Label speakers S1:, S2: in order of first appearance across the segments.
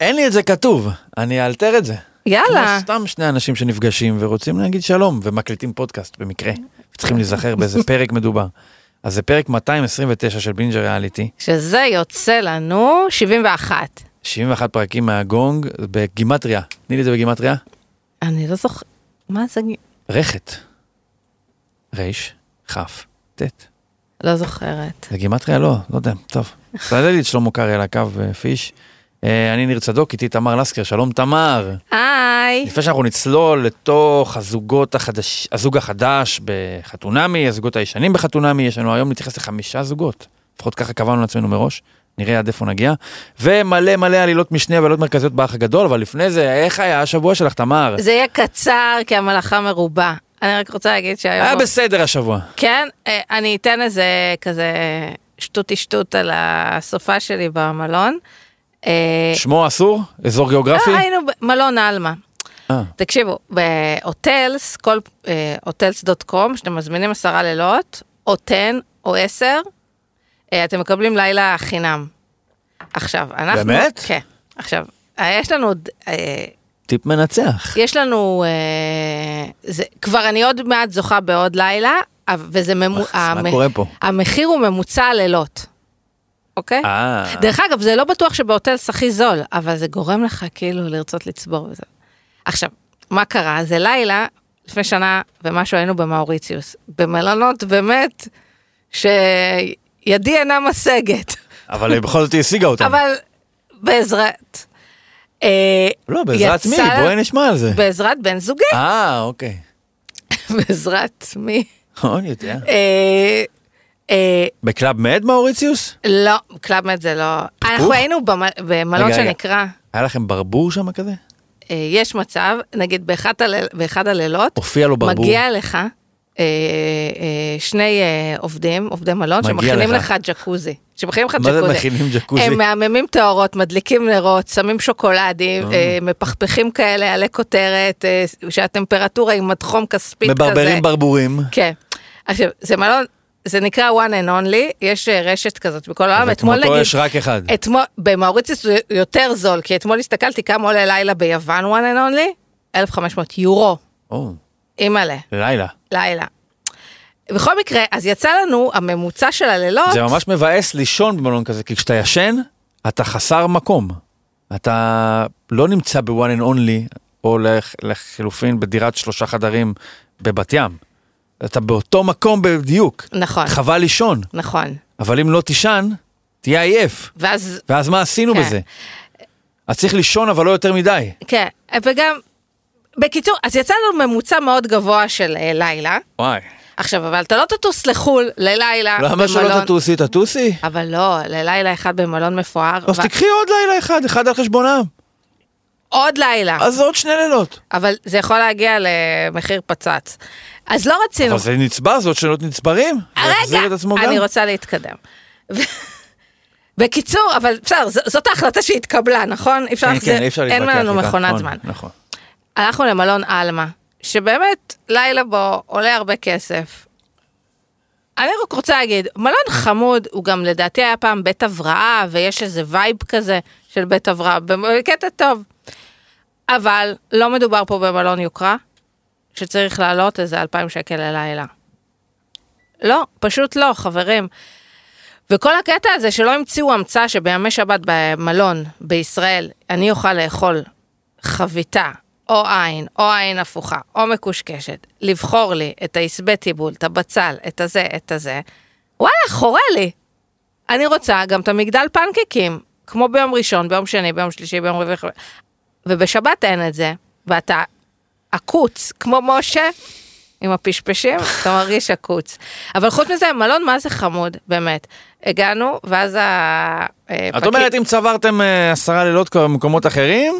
S1: אין לי את זה כתוב, אני אאלתר את זה.
S2: יאללה.
S1: כמו סתם שני אנשים שנפגשים ורוצים להגיד שלום ומקליטים פודקאסט במקרה. צריכים להיזכר באיזה פרק מדובר. אז זה פרק 229 של בינג'ר ריאליטי,
S2: שזה יוצא לנו 71.
S1: 71 פרקים מהגונג בגימטריה. תני לי את זה בגימטריה.
S2: אני לא זוכר, מה זה? ג-
S1: רכת. ריש, כף, טת.
S2: לא זוכרת.
S1: זה גימטריה? לא, לא יודע, טוב. תעלה לי את שלמה קרעי על הקו אה, פיש. אה, אני ניר צדוק, איתי תמר לסקר, שלום תמר.
S2: היי.
S1: לפני שאנחנו נצלול לתוך הזוגות החדש, הזוג החדש בחתונמי, הזוגות הישנים בחתונמי, יש לנו היום להתייחס לחמישה זוגות, לפחות ככה קבענו לעצמנו מראש, נראה עד איפה נגיע, ומלא מלא עלילות משנה ועלילות מרכזיות באח הגדול, אבל לפני זה, איך היה השבוע שלך, תמר?
S2: זה יהיה קצר כי המלאכה מרובה. אני רק רוצה להגיד שהיום...
S1: היה בסדר השבוע.
S2: כן, אה, אני אתן איזה כזה שטותי שטות על הסופה שלי במלון. אה,
S1: שמו אסור? אזור
S2: אה,
S1: גיאוגרפי?
S2: היינו במלון עלמה.
S1: אה,
S2: תקשיבו, בהוטלס, כל הוטלס דוט קום, שאתם מזמינים עשרה לילות, או 10 או 10, אה, אתם מקבלים לילה חינם. עכשיו, אנחנו...
S1: באמת?
S2: כן. עכשיו, אה, יש לנו עוד... אה,
S1: טיפ מנצח.
S2: יש לנו, אה, זה, כבר אני עוד מעט זוכה בעוד לילה, אה, וזה ממו...
S1: אך, אז מה קורה פה?
S2: המחיר הוא ממוצע הלילות, אוקיי?
S1: אה,
S2: דרך אגב, זה לא בטוח שבהוטלס הכי זול, אבל זה גורם לך כאילו לרצות לצבור וזה. עכשיו, מה קרה? זה לילה, לפני שנה ומשהו היינו במאוריציוס. במלונות באמת, שידי אינה משגת,
S1: אבל היא בכל זאת היא השיגה אותם.
S2: אבל בעזרת... אה,
S1: לא, בעזרת
S2: יצא
S1: מי?
S2: לה-
S1: בואי נשמע על זה.
S2: בעזרת בן זוגי,
S1: אה, אוקיי.
S2: בעזרת מי?
S1: אני יודע.
S2: אה, אה,
S1: בקלאב מד מאוריציוס?
S2: לא, קלאבמט זה לא... אנחנו היינו במ- במלון
S1: רגע, רגע.
S2: שנקרא,
S1: היה לכם ברבור שם כזה?
S2: אה, יש מצב, נגיד באחת הליל- באחד הלילות,
S1: הופיע לו ברבור.
S2: מגיע לך אה, אה, שני אה, עובדים, עובדי מלון,
S1: מגיע
S2: שמכינים
S1: לך.
S2: לך ג'קוזי. שמכינים לך
S1: מה זה
S2: ג'קוזי.
S1: מכינים ג'קוזי?
S2: הם מהממים טהורות, מדליקים נרות, שמים שוקולדים, אה, מפכפכים כאלה עלי כותרת, אה, שהטמפרטורה היא מדחום כספית כזה.
S1: מברברים ברבורים.
S2: כן. עכשיו, זה מלון, זה נקרא one and only, יש אה, רשת כזאת בכל העולם, אתמול
S1: וכמותו
S2: נגיד,
S1: יש רק אחד.
S2: אתמול, במאוריציס זה יותר זול, כי אתמול הסתכלתי כמה עולה לילה ביוון one and only, 1,500 יורו,
S1: או,
S2: אימא'לה,
S1: לילה.
S2: לילה. בכל מקרה, אז יצא לנו הממוצע של הלילות,
S1: זה ממש מבאס לישון במלון כזה, כי כשאתה ישן, אתה חסר מקום. אתה לא נמצא ב-one and only, או לח- לחילופין בדירת שלושה חדרים בבת ים. אתה באותו מקום בדיוק.
S2: נכון,
S1: חבל לישון,
S2: נכון,
S1: אבל אם לא תישן, תהיה עייף.
S2: ואז,
S1: ואז מה עשינו
S2: כן.
S1: בזה? אז צריך לישון, אבל לא יותר מדי.
S2: כן, וגם, בקיצור, אז יצא לנו ממוצע מאוד גבוה של אה, לילה,
S1: וואי.
S2: עכשיו, אבל אתה לא תטוס לחו"ל ללילה,
S1: למה שלא
S2: במלון.
S1: תטוסי? תטוסי?
S2: אבל לא, ללילה אחד במלון מפואר,
S1: אז
S2: ו-
S1: תקחי עוד לילה אחד, אחד על חשבונם.
S2: עוד לילה,
S1: אז עוד שני לילות.
S2: אבל זה יכול להגיע למחיר פצץ. אז לא רצינו,
S1: אבל זה נצבר, זה עוד שנות נצברים. זה יחזיר את עצמו
S2: רגע,
S1: גם.
S2: אני רוצה להתקדם. ו- בקיצור, אבל בסדר, ז- זאת ההחלטה שהתקבלה, נכון? אי אפשר
S1: כן,
S2: להחזיר-
S1: כן, אי אפשר להתווכח
S2: אין לנו
S1: איתה,
S2: מכונת
S1: נכון,
S2: זמן.
S1: נכון.
S2: הלכנו למלון עלמה, שבאמת לילה בו עולה הרבה כסף. אני רק רוצה להגיד, מלון חמוד הוא גם לדעתי היה פעם בית הבראה ויש איזה וייב כזה של בית הבראה, בקטע טוב. אבל לא מדובר פה במלון יוקרה, שצריך לעלות איזה 2,000 שקל ללילה. לא, פשוט לא, חברים. וכל הקטע הזה שלא המציאו המצאה שבימי שבת במלון בישראל אני אוכל לאכול חביתה או עין או עין הפוכה או מקושקשת, לבחור לי את העשבי טיבול, את הבצל, את הזה, את הזה, וואלה, חורה לי. אני רוצה גם את המגדל פנקקים, כמו ביום ראשון, ביום שני, ביום שלישי, ביום רביעי, חמישי. ובשבת אין את זה, ואתה עקוץ, כמו משה, עם הפשפשים, אתה מרגיש עקוץ. אבל חוץ מזה, מלון מה זה חמוד, באמת. הגענו, ואז אה, הפקיד...
S1: את אומרת, אם צברתם אה, עשרה לילות כבר במקומות אחרים,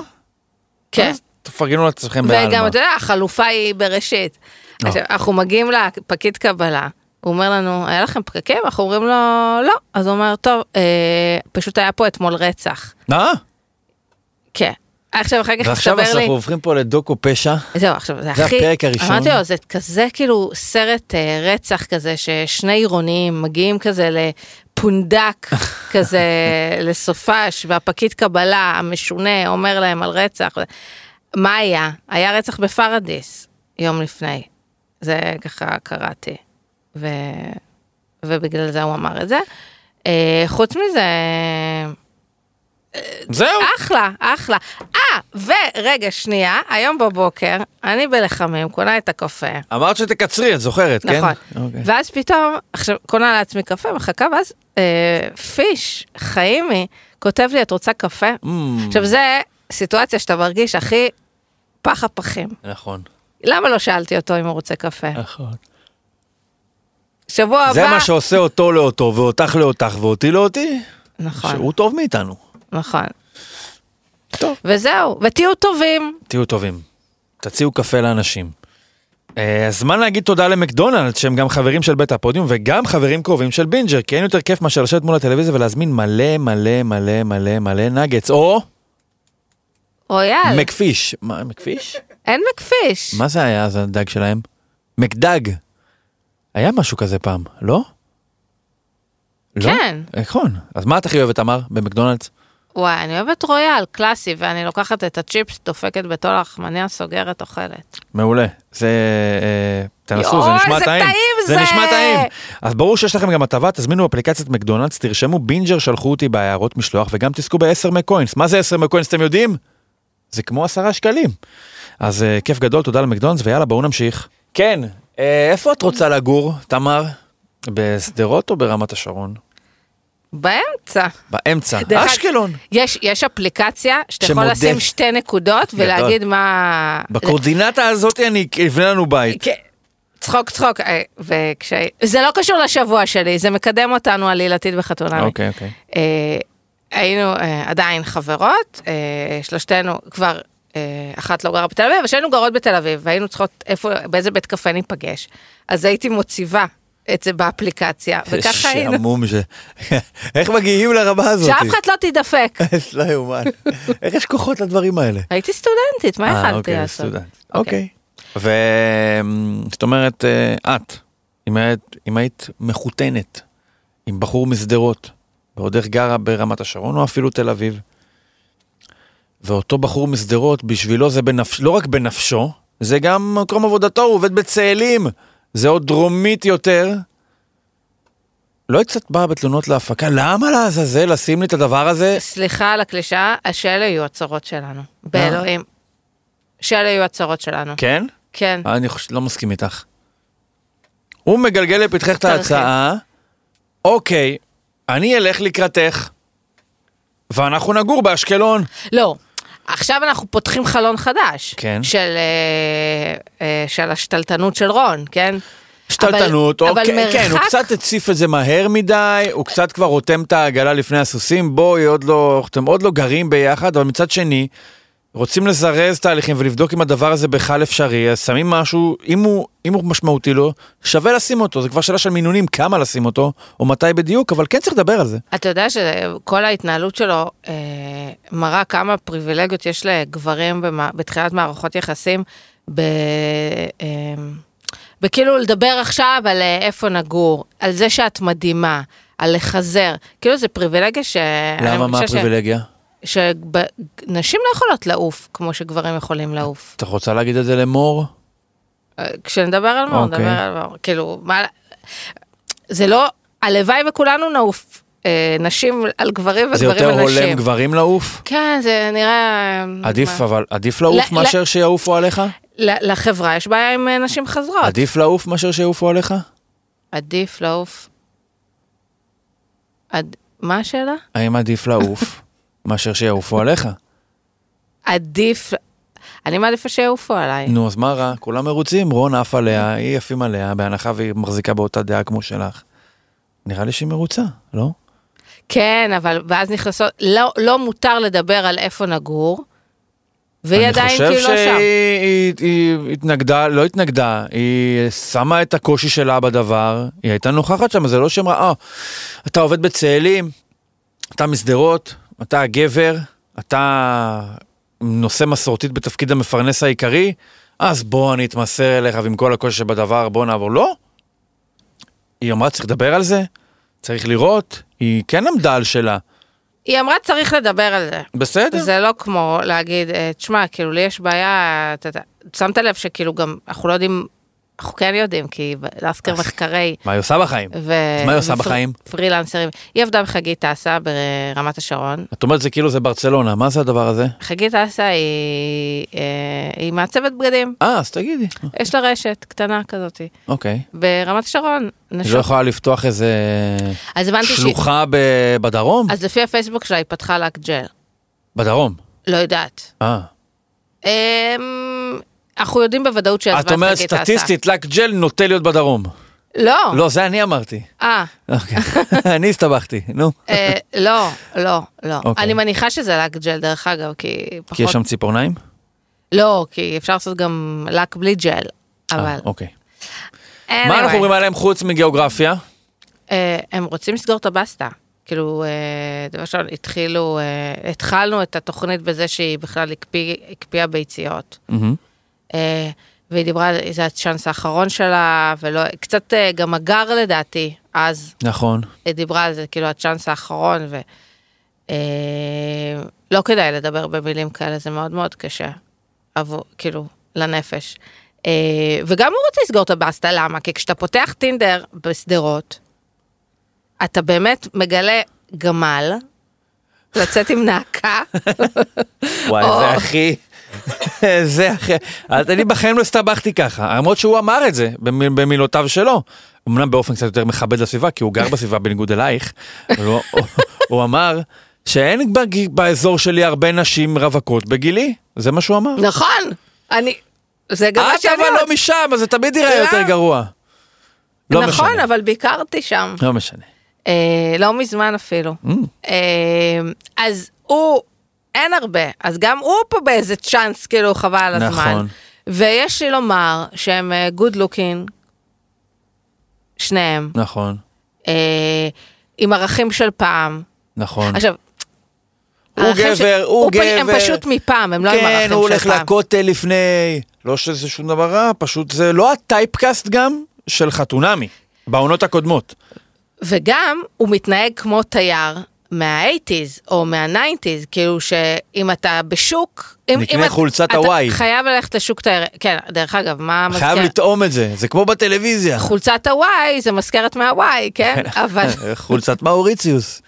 S2: כן.
S1: אז תפרגנו לעצמכם
S2: וגם,
S1: בעלמא.
S2: אתה יודע, החלופה היא בראשית.
S1: לא.
S2: עכשיו, אנחנו מגיעים לפקיד קבלה, הוא אומר לנו, היה לכם פקקים? אנחנו אומרים לו, לא. אז הוא אומר, טוב, אה, פשוט היה פה אתמול רצח.
S1: אה?
S2: כן. עכשיו, אחר כך
S1: ועכשיו
S2: הסתבר לי...
S1: אנחנו הופכים פה לדוקו פשע.
S2: זהו, עכשיו, זה הכי...
S1: זה הפרק הראשון.
S2: אמרתי לו, זה כזה כאילו סרט אה, רצח כזה, ששני עירוניים מגיעים כזה פונדק כזה לסופש, והפקיד קבלה המשונה אומר להם על רצח. מה היה? היה רצח בפרדיס יום לפני. זה ככה קראתי. ו... ובגלל זה הוא אמר את זה. אה, חוץ מזה,
S1: זהו.
S2: אחלה, אחלה. אה, ורגע, שנייה, היום בבוקר, אני בלחמים, קונה את הקפה.
S1: אמרת שתקצרי, את זוכרת, כן?
S2: נכון.
S1: אוקיי.
S2: ואז פתאום, עכשיו, קונה לעצמי קפה, מחכה, ואז אה, פיש, חיימי, כותב לי, את רוצה קפה?
S1: Mm,
S2: עכשיו, זה סיטואציה שאתה מרגיש הכי פח הפחים.
S1: נכון,
S2: למה לא שאלתי אותו אם הוא רוצה קפה?
S1: נכון.
S2: שבוע הבא...
S1: זה מה שעושה אותו לאותו, ואותך לאותך, ואותי לאותי.
S2: נכון,
S1: שהוא טוב מאיתנו.
S2: נכון.
S1: טוב.
S2: וזהו, ותהיו טובים.
S1: תהיו טובים. תציעו קפה לאנשים. אה, הזמן להגיד תודה למקדונלדס, שהם גם חברים של בית הפודיום וגם חברים קרובים של בינג'ר, כי אין יותר כיף מאשר לשבת מול הטלוויזיה ולהזמין מלא מלא מלא מלא מלא נגץ, או
S2: רויאל,
S1: מקפיש. מה, מקפיש?
S2: אין מקפיש.
S1: מה זה היה אז הדג שלהם? מקדג. היה משהו כזה פעם, לא? לא?
S2: כן.
S1: נכון. אז מה את הכי אוהבת, אמר, במקדונלדס?
S2: וואי, אני אוהבת רויאל, קלאסי, ואני לוקחת את הצ'יפס, דופקת בתור לחמניה, סוגרת, אוכלת.
S1: מעולה. זה... אה, תנסו, זה
S2: יואו,
S1: נשמע
S2: איזה
S1: טעים.
S2: טעים
S1: זה
S2: זה!
S1: נשמע טעים. אז ברור שיש לכם גם הטבה, תזמינו אפליקציית מקדונלדס, תרשמו בינג'ר, שלחו אותי בהערות משלוח, וגם תזכו ב-10 מקוינס. מה זה 10 מקוינס, אתם יודעים? זה כמו 10 שקלים. אז אה, כיף גדול, תודה למקדונלדס, ויאללה, בואו נמשיך. כן, אה, איפה את רוצה לגור, תמר? בשדרות או ברמת השרון?
S2: באמצע.
S1: באמצע.
S2: דרך אגב,
S1: אשקלון.
S2: יש, יש אפליקציה שאתה יכול
S1: שמודד.
S2: לשים שתי נקודות
S1: גדול.
S2: ולהגיד מה...
S1: בקורדינטה הזאת אני אבנה לנו בית.
S2: כן. צחוק צחוק, אה, וכש... זה לא קשור לשבוע שלי, זה מקדם אותנו עלילתית בחתונה.
S1: אוקיי, אוקיי.
S2: אה, היינו אה, עדיין חברות, אה, שלושתנו כבר, אה, אחת לא גרה בתל אביב, אבל שנינו גרות בתל אביב, והיינו צריכות איפה, באיזה בית קפה ניפגש. אז הייתי מוציבה את זה באפליקציה, וככה היינו,
S1: שעמום ש... איך מגיעים לרמה הזאת?
S2: שאף אחד לא תידפק.
S1: לא יאומן. איך יש כוחות לדברים האלה?
S2: הייתי סטודנטית,
S1: אה,
S2: מה יכלתי לעשות?
S1: אוקיי. ו... אמ, זאת אומרת, אה, את, אם היית- אם היית מחותנת עם בחור משדרות, ועוד איך גרה ברמת השרון או אפילו תל אביב, ואותו בחור משדרות, בשבילו זה בנפש... לא רק בנפשו, זה גם מקום עבודתו, הוא עובד בצאלים, זה עוד דרומית יותר. לא היית קצת באה בתלונות להפקה, למה לעזאזל לשים לי את הדבר הזה?
S2: סליחה על הקלישאה, שאלה יהיו הצרות שלנו, באלוהים. שאלה יהיו הצרות שלנו.
S1: אה? כן?
S2: כן.
S1: אני חוש... לא מסכים איתך. הוא מגלגל לפתחך את
S2: תרחיב.
S1: ההצעה, אוקיי, אני אלך לקראתך, ואנחנו נגור באשקלון.
S2: לא. עכשיו אנחנו פותחים חלון חדש.
S1: כן.
S2: של, אה, אה, של השתלטנות של רון, כן?
S1: שתלטנות,
S2: אבל
S1: אוקיי,
S2: מרחק-
S1: כן, הוא קצת הציף את זה מהר מדי, הוא קצת כבר רותם את העגלה לפני הסוסים, בואי, עוד לא, אתם עוד לא גרים ביחד, אבל מצד שני, רוצים לזרז תהליכים ולבדוק אם הדבר הזה בכלל אפשרי, אז שמים משהו, אם הוא, אם הוא משמעותי לו, שווה לשים אותו, זה כבר שאלה של מינונים, כמה לשים אותו, או מתי בדיוק, אבל כן צריך לדבר על זה.
S2: אתה יודע שכל ההתנהלות שלו אה, מראה כמה פריבילגיות יש לגברים במה, בתחילת מערכות יחסים, ב, אה, בכאילו לדבר עכשיו על אה, איפה נגור, על זה שאת מדהימה, על לחזר, כאילו זה פריבילגיה ש... אני
S1: למה, מה
S2: מרגישה ש-
S1: הפריבילגיה?
S2: שנשים לא יכולות לעוף כמו שגברים יכולים לעוף.
S1: את רוצה להגיד את זה למור?
S2: אה, כשנדבר על מאור,
S1: אוקיי.
S2: נדבר על מאור. כאילו, מה... זה לא... הלוואי וכולנו נעוף אה, נשים על
S1: זה
S2: גברים וגברים
S1: יותר
S2: על נשים.
S1: הולם גברים לעוף?
S2: כן, זה נראה...
S1: עדיף
S2: מה-
S1: אבל, עדיף
S2: ל-
S1: לעוף
S2: ל-
S1: מאשר שיעופו עליך?
S2: ל- לחברה יש בעיה עם אה, נשים חזרות. עדיף,
S1: עדיף לעוף מאשר שיעופו עליך?
S2: עדיף לעוף. עד... מה השאלה?
S1: האם עדיף לעוף מאשר שיעופו עליך?
S2: עדיף... אני מעדיפה שיעופו עליי.
S1: נו, אז מה רע? כולם מרוצים, רון עף עליה, היא עפים עליה, בהנחה והיא מחזיקה באותה דעה כמו שלך. נראה לי שהיא מרוצה, לא?
S2: כן, אבל ואז נכנסות... לא, לא מותר לדבר על איפה נגור, והיא עדיין כאילו
S1: אני
S2: לא
S1: חושב
S2: שם.
S1: שהיא היא- היא התנגדה, לא התנגדה, היא שמה את הקושי שלה בדבר, היא הייתה נוכחת שם, זה לא שהיא אמרה, אה, אתה עובד בצאלים, אתה משדרות, אתה הגבר, אתה נושא מסורתית בתפקיד המפרנס העיקרי, אז בוא אני אתמסר אליך ועם כל הקושי שבדבר, בוא נעבור. לא! היא אמרה, צריך לדבר על זה, צריך לראות, היא כן עמדה על שלה.
S2: היא אמרה צריך לדבר על זה.
S1: בסדר.
S2: זה לא כמו להגיד, אה, תשמע, כאילו לי יש בעיה, אתה יודע, שמת לב שכאילו גם, אנחנו לא יודעים, אנחנו כן יודעים, כי ב- להזכיר מחקרי
S1: מה היא עושה בחיים?
S2: ו...
S1: אז מה היא עושה
S2: ופר-
S1: בחיים?
S2: פרילנסרים. היא עבדה בחגית טסה ברמת השרון.
S1: את אומרת זה כאילו זה ברצלונה, מה זה הדבר הזה?
S2: חגית טסה היא, אה, היא מעצבת בגדים,
S1: אה, אז תגידי.
S2: יש לה רשת קטנה כזאת.
S1: אוקיי.
S2: ברמת השרון,
S1: היא
S2: נשות...
S1: לא יכולה לפתוח איזה
S2: אז הבנתי שהיא...
S1: שלוחה ב- בדרום?
S2: אז לפי הפייסבוק שלה היא פתחה לק ג'ל.
S1: בדרום.
S2: לא יודעת.
S1: אה.
S2: אמ, אנחנו יודעים בוודאות שהיא עזבה
S1: אה, את אומרת
S2: חגית טסה.
S1: סטטיסטית, לק ג'ל נוטה להיות בדרום.
S2: לא.
S1: לא, זה אני אמרתי.
S2: אה,
S1: אוקיי. אני הסתבכתי, נו.
S2: אה, לא, לא, לא.
S1: אוקיי.
S2: אני מניחה שזה לק ג'ל דרך אגב, כי פחות...
S1: כי יש שם ציפורניים?
S2: לא, כי אפשר לעשות גם לק בלי ג'ל, אבל...
S1: אה, אוקיי.
S2: anyway,
S1: מה אנחנו אומרים עליהם חוץ מגיאוגרפיה?
S2: אה, הם רוצים לסגור את הבסטה. כאילו, אה, דבר ראשון, התחילו, אה, התחלנו את התוכנית בזה שהיא בכלל הקפיא- הקפיאה ביציות.
S1: מהמם.
S2: אה, והיא דיברה, על- זה הצ'אנס האחרון שלה, ולא, קצת אה, גם הגר לדעתי, אז
S1: נכון.
S2: היא דיברה על זה, כאילו הצ'אנס האחרון, ו... אה, לא כדאי לדבר במילים כאלה, זה מאוד מאוד קשה, עבור, כאילו, לנפש. אה, וגם הוא רוצה לסגור את הבסטה, למה? כי כשאתה פותח טינדר בשדרות, אתה באמת מגלה גמל, לצאת עם נעקה,
S1: וואי,
S2: או.
S1: זה הכי... זה הכי... אז אני בחיים לא הסתבכתי ככה, למרות שהוא אמר את זה במ- במילותיו שלו. אמנם באופן קצת יותר מכבד לסביבה, כי הוא גר בסביבה בניגוד אלייך, אבל הוא- הוא אמר שאין בג- באזור שלי הרבה נשים רווקות בגילי, זה מה שהוא אמר.
S2: נכון, אני, זה גם מה
S1: את
S2: שאני
S1: אבל
S2: רוצה.
S1: לא משם, אז זה תמיד ייראה
S2: לא.
S1: יותר גרוע. לא
S2: נכון,
S1: משנה.
S2: אבל ביקרתי שם,
S1: לא משנה.
S2: אה, לא מזמן אפילו.
S1: Mm.
S2: אה, אז הוא, אין הרבה, אז גם הוא פה באיזה צ'אנס, כאילו חבל על הזמן.
S1: נכון.
S2: ויש לי לומר שהם אה, גוד לוקינג, שניהם,
S1: נכון,
S2: אה, עם ערכים של פעם.
S1: נכון.
S2: עכשיו,
S1: הוא
S2: הערכים של-
S1: גבר, הוא
S2: פ- הם
S1: גבר.
S2: פשוט מפעם, הם לא עם
S1: כן,
S2: ערכים
S1: הוא
S2: של
S1: הולך
S2: פעם.
S1: לכותל לפני, לא שזה שום דבר רע, פשוט זה לא הטייפקאסט גם של חתונמי, בעונות הקודמות.
S2: וגם הוא מתנהג כמו תייר מה-80's או מה-90's, כאילו שאם אתה בשוק... אם,
S1: נקנה
S2: אם את-
S1: חולצת
S2: אתה
S1: הוואי.
S2: חייב ללכת לשוק תייר, כן, דרך אגב, מה
S1: חייב
S2: מזכיר?
S1: לטעום את זה, זה כמו בטלוויזיה.
S2: חולצת הוואי זה מזכרת מהוואי, כן? אבל...
S1: חולצת מאוריציוס.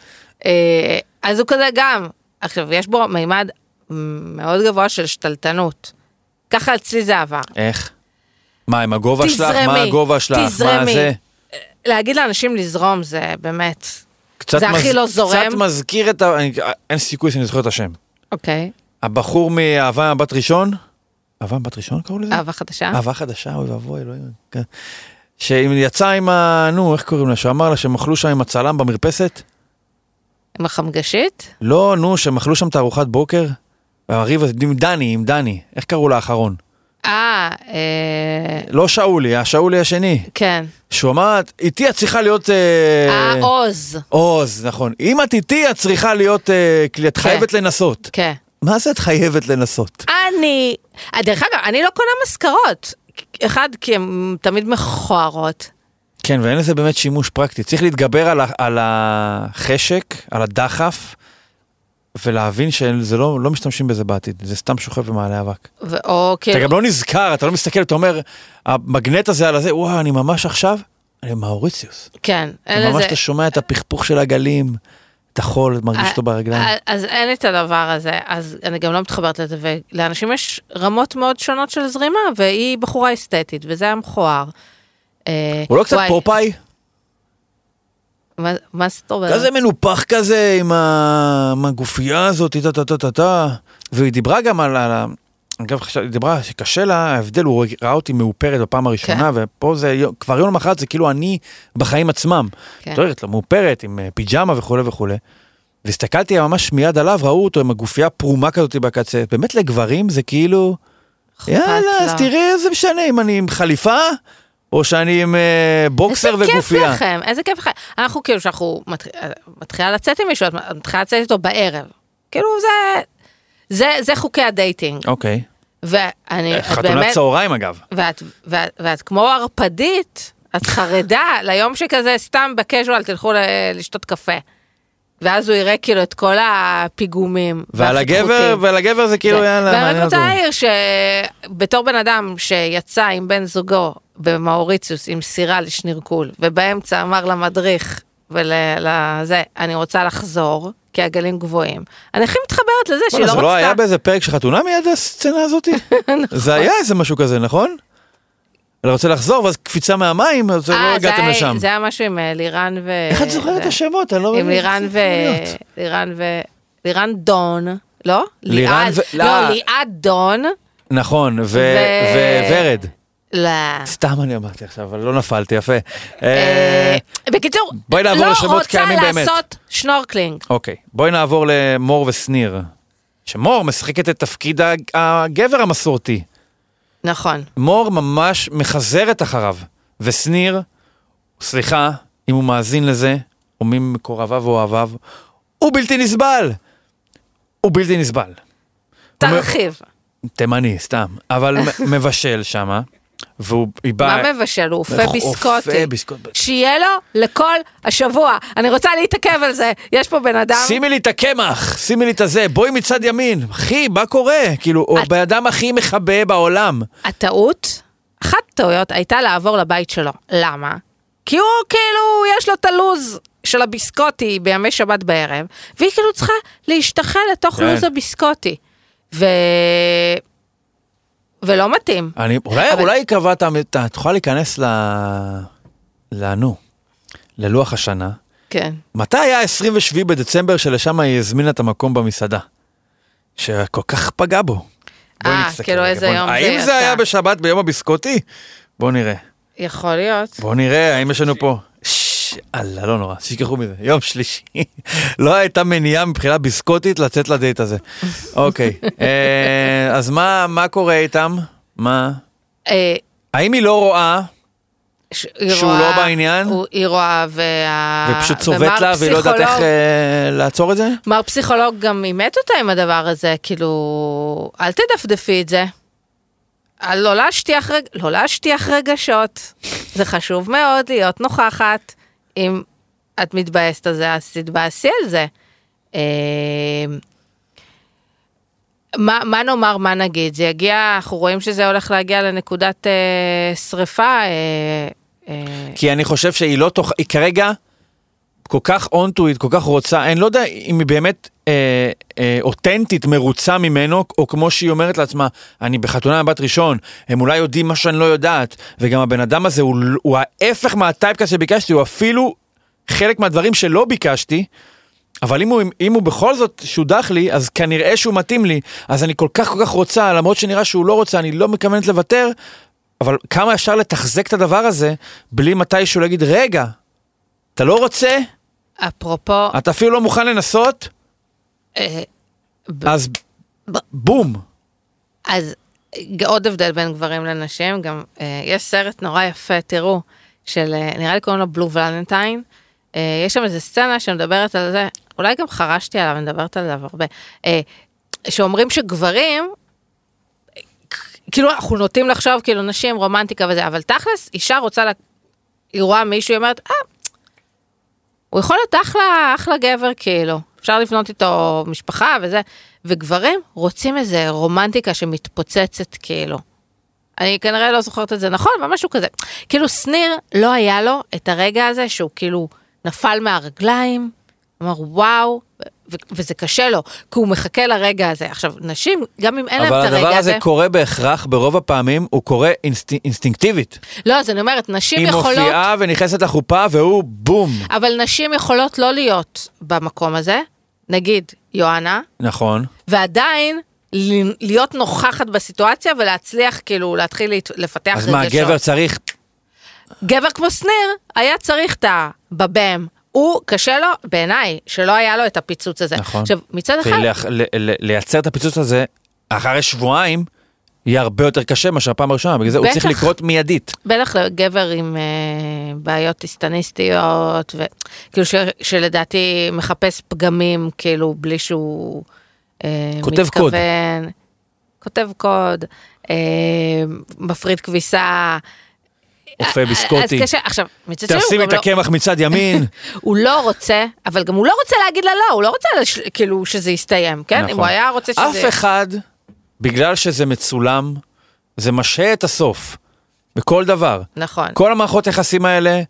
S2: אה, אז הוא כזה גם. עכשיו, יש בו מימד מאוד גבוה של שתלטנות. ככה אצלי זה עבר.
S1: איך? מה, עם הגובה שלך?
S2: תזרמי,
S1: מה הגובה שלך? מה
S2: תזרמי. אה,
S1: זה?
S2: להגיד לאנשים לזרום זה באמת...
S1: קצת
S2: זה הכי
S1: מז-
S2: לא זורם.
S1: קצת מזכיר את ה... אני- אין סיכוי שאני זוכר את השם.
S2: אוקיי,
S1: הבחור מאהבה בת ראשון? אהבה בת ראשון קראו לזה?
S2: אהבה חדשה.
S1: אהבה חדשה, אוי ואבוי, אלוהים. כן. שאם יצא עם ה... נו, איך קוראים לה? שאמר לה שהם אכלו שם עם הצלם במרפסת?
S2: עם החמגשית?
S1: לא, נו, שהם אכלו שם את הארוחת בוקר? והריב הזה, עם דני, עם דני. איך קראו לאחרון?
S2: אה, אה,
S1: לא שאולי, השאולי השני.
S2: כן.
S1: שהוא אמר, איתי את צריכה להיות... אה,
S2: אה, עוז.
S1: עוז, נכון. אם את איתי, את צריכה להיות... אה, כלי- את חייבת לנסות.
S2: כן.
S1: מה זה את חייבת לנסות?
S2: אני... אה, דרך אגב, אני לא קונה מזכרות. אחד, כי הן תמיד מכוערות.
S1: כן, ואין לזה באמת שימוש פרקטי. צריך להתגבר על, ה- על החשק, על הדחף, ולהבין שזה לא, לא משתמשים בזה בעתיד, זה סתם שוכב במעלה אבק.
S2: ו- או
S1: אתה
S2: כאילו...
S1: גם לא נזכר, אתה לא מסתכל, אתה אומר, המגנט הזה על הזה, וואו, אני ממש עכשיו, אני מאוריציוס.
S2: כן. אין
S1: אתה ממש
S2: לזה...
S1: אתה שומע את הפכפוך של הגלים, את החול, מרגיש אותו ברגליים.
S2: אה, אז- אז אין את הדבר הזה, אז אני גם לא מתחברת לזה, ולאנשים יש רמות מאוד שונות של זרימה, והיא בחורה אסתטית, וזה היה מכוער. אה,
S1: הוא לא קצת
S2: וואי,
S1: פופאי?
S2: מה- מה זאת
S1: כזה
S2: אומרת?
S1: מנופח כזה עם, ה... עם הגופייה הזאת, טה טה טה טה טה. והיא דיברה גם על... על... ה- אגב, חשב- היא דיברה שקשה לה, ההבדל, הוא ראה אותי מאופרת בפעם
S2: כן.
S1: הראשונה, ופה זה, יו- כבר יום למחרת זה כאילו אני בחיים עצמם.
S2: כן.
S1: את אומרת, לה, מאופרת, עם אה, פיג'מה וכולי וכולי. והסתכלתי ממש מיד עליו, ראו אותו עם הגופייה פרומה כזאת בקצה. באמת לגברים זה כאילו,
S2: אכפת
S1: יאללה,
S2: לה.
S1: אז תראי איזה משנה, אם אני עם חליפה, או שאני עם אה, בוקסר
S2: איזה כיף
S1: וגופייה.
S2: לכם, איזה כיף לכם. אנחנו כאילו, שאנחנו מת- מתחילה לצאת עם מישהו, את מתחילה לצאת איתו בערב. כאילו זה, זה, זה חוקי הדייטינג.
S1: אוקיי.
S2: ואני, את
S1: חתונת
S2: אה, באמת,
S1: צהריים אגב.
S2: ואת, ואת, ואת כמו ערפדית, את חרדה ליום שכזה, סתם בקז'ואל תלכו ל- לשתות קפה. ואז הוא יראה כאילו את כל הפיגומים.
S1: ועל הגבר,
S2: והחיקוקים.
S1: ועל הגבר זה כאילו,
S2: כן.
S1: יאללה,
S2: ואני רק
S1: מעניין
S2: רוצה
S1: אותו.
S2: להעיר שבתור בן אדם שיצא עם בן זוגו במאוריציוס עם סירה לשנירקול, ובאמצע אמר למדריך ולזה, אני רוצה לחזור, כי הגלים גבוהים. אני הכי מתחברת לזה שהיא
S1: בוא'נה,
S2: לא
S1: זה לא
S2: רצתה.
S1: היה באיזה פרק של חתונה מיד הסצנה הזאתי? זה היה איזה משהו כזה, נכון? אני רוצה לחזור, ואז קפיצה מהמים, אז לא
S2: אה, זה
S1: הגעתם
S2: היה-
S1: לשם.
S2: זה היה משהו עם אה, לירן ו...
S1: איך את זוכרת את
S2: זה.
S1: השמות? אני לא מבין.
S2: עם לירן
S1: איך
S2: ו...
S1: זה יכול להיות.
S2: לירן ו... לירן דון, לא?
S1: לירן
S2: ליעד-
S1: ו-
S2: לא,
S1: לא.
S2: ליעד דון.
S1: נכון, ו-
S2: ו-
S1: וורד.
S2: לא.
S1: סתם אני אמרתי עכשיו, אבל לא נפלתי, יפה.
S2: אה,
S1: אה,
S2: בקיצור,
S1: בואי נעבור לשמות קיימים
S2: לא
S1: באמת.
S2: רוצה לעשות שנורקלינג.
S1: אוקיי, בואי נעבור למור ושניר. שמור משחקת את תפקיד הג- הגבר המסורתי.
S2: נכון.
S1: מור ממש מחזרת אחריו, ושניר, סליחה, אם הוא מאזין לזה, או מי מקורביו או אוהביו, הוא בלתי נסבל! הוא בלתי נסבל.
S2: תרחיב.
S1: תימני, סתם. אבל מ- מבשל שמה, והוא... היא באה-
S2: מה מבשל? הוא אופה ביסקוטי.
S1: אופה ביסקוט.
S2: שיהיה לו לכל השבוע. אני רוצה להתעכב על זה. יש פה בן אדם...
S1: שימי לי את הקמח, שימי לי את הזה, בואי מצד ימין. אחי, מה קורה? כאילו, הוא
S2: את-
S1: הבן אדם הכי מכבה בעולם.
S2: הטעות, אחת הטעויות הייתה לעבור לבית שלו. למה? כי הוא כאילו, יש לו את הלוז של הביסקוטי בימי שבת בערב, והיא כאילו צריכה להשתחל לתוך
S1: כן.
S2: לוז הביסקוטי. ו... ולא מתאים.
S1: אני, אולי,
S2: אבל-
S1: אבל... אולי קבע את המ- את ה... את יכולה להיכנס ל... לנו, ללוח השנה.
S2: כן.
S1: מתי היה 27 בדצמבר שלשם היא הזמינה את המקום במסעדה? שכל כך פגע בו. בואי
S2: אה,
S1: נסתכל
S2: כאילו
S1: רגע,
S2: איזה
S1: בואי-
S2: יום זה
S1: האם
S2: יצא.
S1: זה היה בשבת ביום הביסקוטי? בואו נראה.
S2: יכול להיות.
S1: בואו נראה, האם יש לנו פה... ש- אללה, לא נורא, שישכחו מזה, יום שלישי. לא הייתה מניעה מבחינה ביסקוטית לצאת לדייט הזה. אוקיי, אה, אז מה מה קורה איתם? מה?
S2: אה,
S1: האם היא לא רואה?
S2: ש- היא
S1: שהוא
S2: רואה-
S1: לא בעניין?
S2: הוא- היא רואה וה...
S1: ופשוט
S2: ומר
S1: צובט לה והיא לא יודעת איך
S2: פסיכולוג-
S1: אה, לעצור את זה?
S2: מר פסיכולוג גם אימת אותה עם הדבר הזה, כאילו, אל תדפדפי את זה. אל- לא להשטיח, רג... לא להשטיח רגשות, זה חשוב מאוד להיות נוכחת. אם את מתבאסת על זה, אז תתבאסי על זה. אה, מה, מה נאמר, מה נגיד? זה יגיע, אנחנו רואים שזה הולך להגיע לנקודת אה, שריפה. אה, אה,
S1: כי אני חושב שהיא לא תוך... היא כרגע כל כך on to it, כל כך רוצה, אני לא יודע אם היא באמת אה, אה, אותנטית, מרוצה ממנו, או כמו שהיא אומרת לעצמה, אני בחתונה עם בת ראשון, הם אולי יודעים מה שאני לא יודעת, וגם הבן אדם הזה הוא, ל- הוא ההפך מהטייפקאסט שביקשתי, הוא אפילו חלק מהדברים שלא ביקשתי. אבל אם הוא, אם הוא בכל זאת שודח לי, אז כנראה שהוא מתאים לי, אז אני כל כך כל כך רוצה, למרות שנראה שהוא לא רוצה, אני לא מתכוונת לוותר, אבל כמה אפשר לתחזק את הדבר הזה, בלי מתישהו להגיד, רגע, אתה לא רוצה?
S2: אפרופו,
S1: אתה אפילו לא מוכן לנסות?
S2: אה, ב-
S1: אז
S2: ב-
S1: בום.
S2: אז ג- עוד הבדל בין גברים לנשים, גם אה, יש סרט נורא יפה, תראו, של אה, נראה לי קוראים לו בלו ולנטיין. אה, יש שם איזה סצנה שמדברת על זה, אולי גם חרשתי עליו, אני מדברת עליו הרבה, אה, שאומרים שגברים, אה, כאילו אנחנו נוטים לחשוב כאילו נשים רומנטיקה וזה, אבל תכלס אישה רוצה, לה, היא רואה מישהו, היא אומרת, אה, הוא יכול להיות אחלה, אחלה גבר כאילו, אפשר לבנות איתו משפחה וזה, וגברים רוצים איזה רומנטיקה שמתפוצצת כאילו. אני כנראה לא זוכרת את זה נכון, אבל משהו כזה. כאילו שניר, לא היה לו את הרגע הזה שהוא כאילו נפל מהרגליים, אמר וואו, ו- וזה קשה לו, כי הוא מחכה לרגע הזה. עכשיו, נשים, גם אם אין להם את
S1: אבל
S2: הרגע הזה...
S1: הדבר הזה קורה בהכרח, ברוב הפעמים הוא קורה אינסט- אינסטינקטיבית.
S2: לא, אז אני אומרת, נשים
S1: היא
S2: יכולות...
S1: מופיעה ונכנסת לחופה והוא בום.
S2: אבל נשים יכולות לא להיות במקום הזה, נגיד יואנה,
S1: נכון.
S2: ועדיין ל- להיות נוכחת בסיטואציה ולהצליח כאילו להתחיל להת- לפתח
S1: אז מה, הגבר צריך...
S2: גבר כמו שניר היה צריך את הבבם. הוא, קשה לו, בעיניי, שלא היה לו את הפיצוץ הזה.
S1: נכון.
S2: עכשיו, מצד אחד,
S1: ולייח- ל- ל- לייצר את הפיצוץ הזה, אחרי שבועיים, יהיה הרבה יותר קשה מאשר הפעם הראשונה, בגלל זה הוא
S2: בטח.
S1: צריך לקרות מיידית.
S2: בטח לגבר עם אה, בעיות היסטניסטיות, ו- כאילו ש- שלדעתי מחפש פגמים, כאילו בלי שהוא אה,
S1: כותב קוד.
S2: מתכוון. כותב קוד, אה, מפריד כביסה,
S1: אופה ביסקוטי.
S2: אז קשה, עכשיו, מצד שני,
S1: תשים
S2: הוא
S1: את
S2: גם לא-
S1: הקמח מצד ימין.
S2: הוא לא רוצה, אבל גם הוא לא רוצה להגיד לה לא, הוא לא רוצה לש- כאילו שזה יסתיים, כן? אם
S1: נכון.
S2: הוא היה רוצה שזה...
S1: אף אחד, בגלל שזה מצולם, זה משהה את הסוף, בכל דבר.
S2: נכון.
S1: כל המערכות היחסים האלה,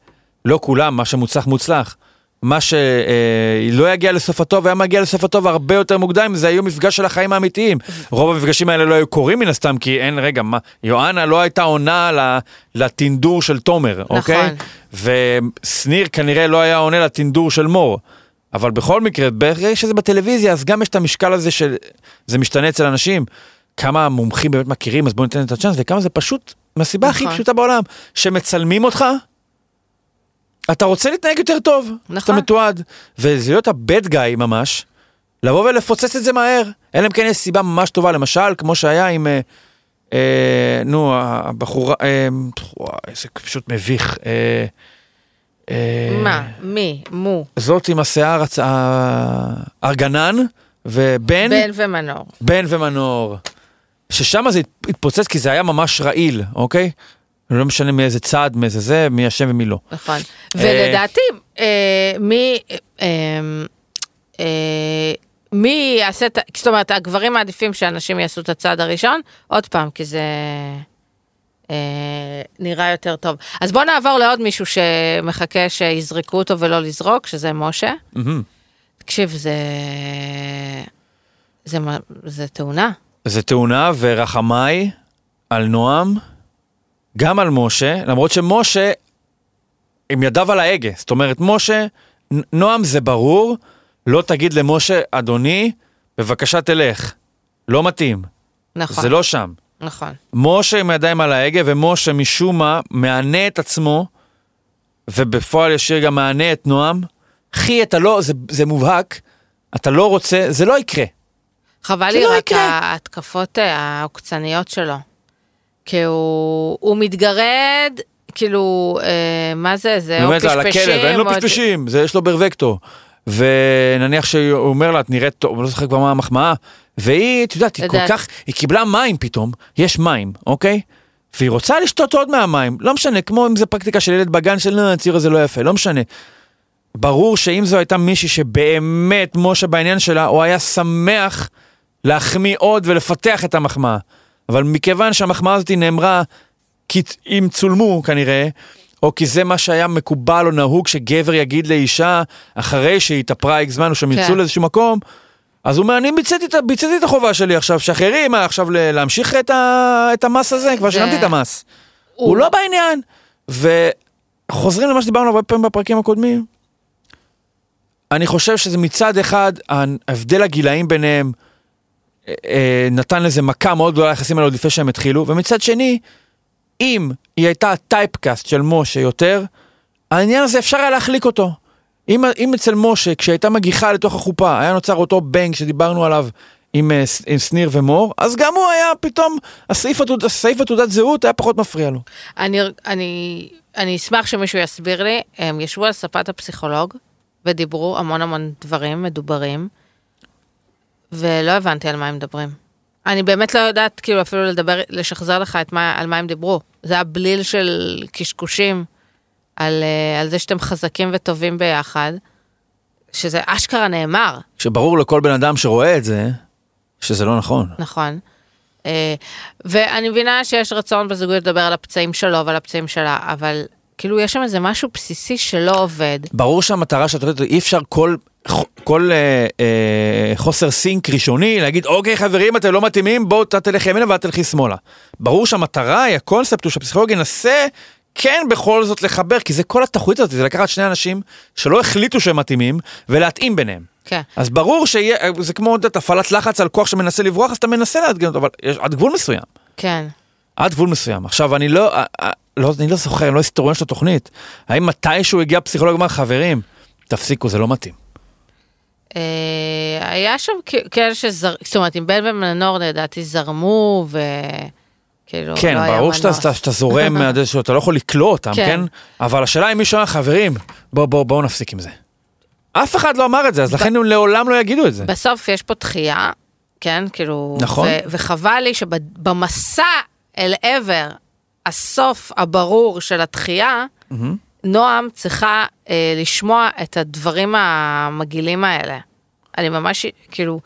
S1: לא כולם, מה שמוצלח מוצלח. מה שלא אה, לא יגיע לסוף הטוב, היה מגיע לסוף הטוב הרבה יותר מוקדם, זה היו מפגש של החיים האמיתיים. רוב המפגשים האלה לא היו קורים מן הסתם, כי אין, רגע, מה, יואנה לא הייתה עונה ל- לטינדור של תומר,
S2: נכון.
S1: אוקיי? ושניר כנראה לא היה עונה לטינדור של מור. אבל בכל מקרה, ברגע שזה בטלוויזיה, אז גם יש את המשקל הזה של... זה משתנה אצל אנשים. כמה המומחים באמת מכירים, אז בואו ניתן את הצ'אנס, וכמה זה פשוט, מהסיבה הכי
S2: נכון.
S1: פשוטה בעולם, שמצלמים אותך, אתה רוצה להתנהג יותר טוב. אתה
S2: נכון.
S1: מתועד. וזה להיות הבד גאי ממש, לבוא ולפוצץ את זה מהר. אלא אם כן יש סיבה ממש טובה, למשל, כמו שהיה עם... אה, אה, נו, הבחורה... אה, וואי, זה פשוט מביך. אה, אה,
S2: מה? מי? מו?
S1: זאת עם השיער הצ- ה- ארגנן ובן,
S2: בן ומנור.
S1: בן ומנור. ששם זה הת- התפוצץ כי זה היה ממש רעיל, אוקיי? לא משנה מאיזה צד, מאיזה זה, מי אשם ומי לא.
S2: נכון. ולדעתי, אה, מי... אה, אה, מי יעשה את ה... זאת אומרת, הגברים מעדיפים שאנשים יעשו את הצעד הראשון, עוד פעם, כי זה אה, נראה יותר טוב. אז בואו נעבור לעוד מישהו שמחכה שיזרקו אותו ולא לזרוק, שזה משה.
S1: מהמם.
S2: תקשיב, זה... זה, מה- זה תאונה.
S1: זה תאונה ורחמיי על נועם, גם על משה, למרות שמשה עם ידיו על ההגה. זאת אומרת, משה, נ- נועם זה ברור, לא תגיד למשה, אדוני, בבקשה תלך. לא מתאים,
S2: נכון.
S1: זה לא שם.
S2: נכון.
S1: משה עם הידיים על ההגה, ומשה משום מה מענה את עצמו, ובפועל ישיר גם מענה את נועם. אחי, אתה לא, זה, זה מובהק, אתה לא רוצה, זה לא יקרה.
S2: חבל
S1: זה
S2: לי
S1: לא
S2: רק
S1: יקרה.
S2: ההתקפות אה, העוקצניות שלו. כי הוא, הוא מתגרד, כאילו, אה, מה זה, זה או
S1: באמת,
S2: פשפשים.
S1: על הכלב, לא אין לו
S2: או-
S1: פשפשים, זה יש לו ברבקטו. ונניח שהוא אומר לה, את נראית טוב, לא זוכר כבר מה המחמאה, והיא, את יודעת, היא כל
S2: יודעת.
S1: כך, היא קיבלה מים פתאום, יש מים, אוקיי? והיא רוצה לשתות עוד מהמים, לא משנה, כמו אם זה פרקטיקה של ילד בגן של "אה, הציר הזה לא יפה, לא משנה. ברור שאם זו הייתה מישהי שבאמת משה בעניין שלה, הוא היה שמח להחמיא עוד ולפתח את המחמאה. אבל מכיוון שהמחמאה הזאת נאמרה כי ת- אם צולמו כנראה, או כי זה מה שהיה מקובל או נהוג שגבר יגיד לאישה אחרי שהיא התאפרה איקס זמן או שהם יצאו
S2: כן.
S1: לאיזשהו מקום, אז הוא אומר, אני ביצעתי את, ה- ביצעתי את החובה שלי עכשיו, שאחרים, מה, עכשיו ל- להמשיך את, ה, את המס הזה? כבר
S2: זה-
S1: שילמתי את המס. הוא לא בעניין. וחוזרים למה שדיברנו הרבה פעמים בפרקים הקודמים. אני חושב שזה מצד אחד, ההבדל הגילאים ביניהם אה, אה, נתן לזה מכה מאוד גדולה ליחסים האלה עוד לפני שהם התחילו, ומצד שני, אם היא הייתה הטייפקאסט של משה יותר, העניין הזה אפשר היה להחליק אותו. אם, אם אצל משה, כשהייתה מגיחה לתוך החופה, היה נוצר אותו בנק שדיברנו עליו עם, אה, ס- עם שניר ומור, אז גם הוא היה פתאום, הסעיף, התעוד, הסעיף התעודת זהות היה פחות מפריע לו.
S2: אני, אני, אני אשמח שמישהו יסביר לי, הם ישבו על ספת הפסיכולוג ודיברו המון המון דברים מדוברים, ולא הבנתי על מה הם מדברים. אני באמת לא יודעת כאילו אפילו לדבר, לשחזר לך את מה, על מה הם דיברו. זה היה בליל של קשקושים על, אה, על זה שאתם חזקים וטובים ביחד, שזה אשכרה נאמר.
S1: שברור לכל בן אדם שרואה את זה, שזה לא נכון.
S2: נכון. אה, ואני מבינה שיש רצון בזוגיות לדבר על הפצעים שלו ועל הפצעים שלה, אבל כאילו יש שם איזה משהו בסיסי שלא עובד.
S1: ברור שהמטרה של התוכנית, אי אפשר כל, כל אה, אה, חוסר סינק ראשוני להגיד, אוקיי חברים, אתם לא מתאימים, בואו אתה תלך ימינה ואת תלכי שמאלה. ברור שהמטרה היא, הקונספט הוא שהפסיכולוג ינסה כן בכל זאת לחבר, כי זה כל התחרותית הזאת, זה לקחת שני אנשים שלא החליטו שהם מתאימים, ולהתאים ביניהם.
S2: כן.
S1: אז ברור שזה כמו את יודעת, הפעלת לחץ על כוח שמנסה לברוח, אז אתה מנסה לאתגן אותו, אבל יש, עד גבול מסוים.
S2: כן.
S1: עד גבול מסוים. עכשיו, אני לא, אה, אה, לא, אני לא זוכר, אני לא היסטוריון של התוכנית. האם מתישהו הגיע פסיכולוג ואמר, חברים, תפסיקו, זה לא מתאים.
S2: אה, היה שם כ- כאלה שזר... זאת אומרת, עם בן ומנור לדעתי זרמו, וכאילו,
S1: כן,
S2: לא היה
S1: ברור שאתה,
S2: מנוס.
S1: שאתה, שאתה זורם מהדרך שאתה לא יכול לכלוא אותם, כן.
S2: כן.
S1: כן? אבל השאלה אם מישהו אמר, חברים, בואו בוא, בוא נפסיק עם זה. אף אחד לא אמר את זה, אז לכן הם לעולם לא יגידו את זה.
S2: בסוף יש פה דחייה, כן? כאילו...
S1: נכון.
S2: ו- וחבל לי שבמסע אל עבר הסוף הברור של התחייה,
S1: מהמם.
S2: נועם צריכה אה, לשמוע את הדברים המגעילים האלה. אני ממש, כאילו,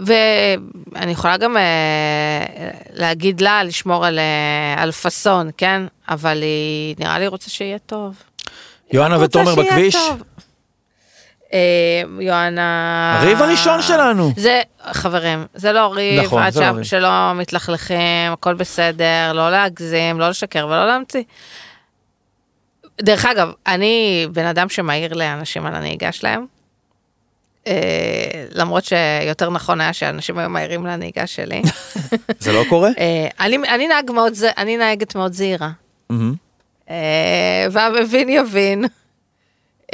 S2: ואני יכולה גם אה, להגיד לה לשמור על, אה, על פאסון, כן? אבל היא נראה לי רוצה שיהיה טוב.
S1: יואנה
S2: רוצה
S1: אה, ותומר
S2: שיהיה
S1: בכביש?
S2: טוב. אה, יואנה...
S1: הריב הראשון שלנו.
S2: זה, חברים, זה לא ריב,
S1: נכון,
S2: עד
S1: זה לא ריב.
S2: שם שלא מתלכלכים, הכל בסדר, לא להגזים, לא לשקר ולא להמציא. דרך אגב, אני בן אדם שמעיר לאנשים על הנהיגה שלהם, אה, למרות שיותר נכון היה שאנשים היו מעירים לנהיגה שלי.
S1: זה לא קורה?
S2: אה, אני, אני, נהג מאוד, ז- אני נהגת מאוד זהירה.
S1: מהמם.
S2: אה, והמבין יבין.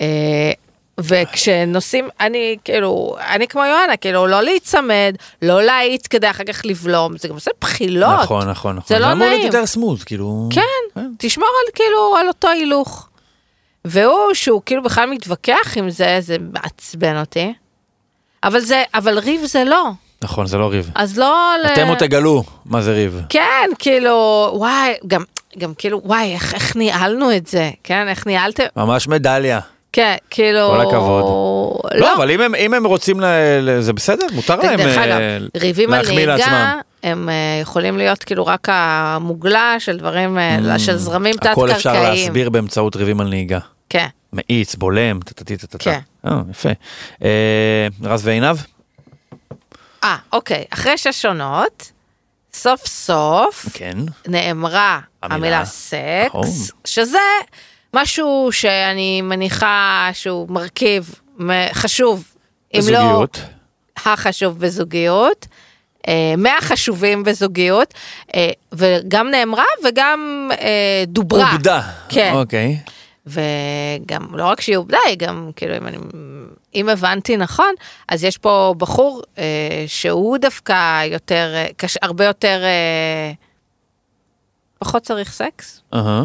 S2: אה, וכשנוסעים, אני כאילו, אני כמו יואנה, כאילו, לא להיצמד, לא להאיץ כדי אחר כך לבלום, זה גם עושה בחילות.
S1: נכון, נכון, נכון.
S2: זה לא
S1: אמור להיות
S2: נעים.
S1: יותר סמוז, כאילו...
S2: כן, תשמור על כאילו, על אותו הילוך. והוא, שהוא כאילו בכלל מתווכח עם זה, זה מעצבן אותי. אבל זה, אבל ריב זה לא,
S1: נכון, זה לא ריב.
S2: אז לא... ל-
S1: אתם עוד תגלו מה זה ריב.
S2: כן, כאילו, וואי, גם, גם כאילו, וואי, איך, איך ניהלנו את זה, כן, איך ניהלתם,
S1: ממש מדליה.
S2: כן, כאילו...
S1: כל הכבוד.
S2: לא,
S1: לא, אבל אם הם- אם הם רוצים, ל- ל- זה בסדר, מותר להם
S2: דרך
S1: אה,
S2: אגב, ריבים על
S1: להחמיא
S2: נהיגה,
S1: לעצמם.
S2: הם אה, יכולים להיות כאילו רק המוגלה של דברים, אה, של זרמים תת-קרקעיים.
S1: Mm, הכל אפשר להסביר באמצעות ריבים על נהיגה.
S2: כן.
S1: מאיץ, בולם, טטטי טטטה.
S2: כן.
S1: אה, יפה. אה, רז ועינב?
S2: אה, אוקיי, אחרי שש עונות, סוף סוף
S1: כן.
S2: נאמרה
S1: המילה.
S2: המילה סקס,
S1: נכון.
S2: שזה משהו שאני מניחה שהוא מרכיב מ- חשוב, אם לא...
S1: זוגיות.
S2: החשוב בזוגיות, אה, מהחשובים בזוגיות, אה, וגם נאמרה וגם אה, דוברה.
S1: עובדה.
S2: כן.
S1: אוקיי.
S2: וגם לא רק שהיא עובדה, היא גם, כאילו, אם, אני, אם הבנתי נכון, אז יש פה בחור אה, שהוא דווקא יותר, אה, קש, הרבה יותר, אה, פחות צריך סקס,
S1: אהה.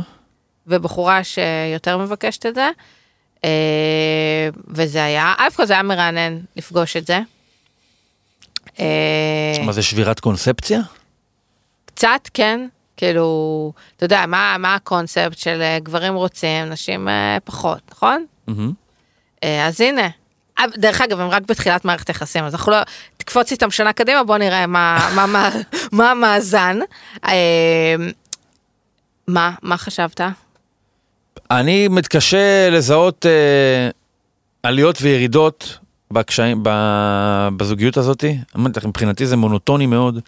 S2: ובחורה שיותר מבקשת את זה, אה, וזה היה, א' כל זה היה מרענן לפגוש את זה. אה,
S1: מה זה שבירת קונספציה?
S2: קצת כן, כאילו, אתה יודע, מה, מה הקונספט של אה, גברים רוצים, נשים אה, פחות, נכון?
S1: מהמם.
S2: אה, אז הנה. אה, דרך אגב, הם רק בתחילת מערכת יחסים, אז אנחנו לא... תקפוץ איתם שנה קדימה, בוא נראה מה, מה, מה, מה המאזן. אה, מה, מה חשבת?
S1: אני מתקשה לזהות אה, עליות וירידות בקשיים, ב, בזוגיות הזאת. אמרתי לך, מבחינתי זה מונוטוני מאוד.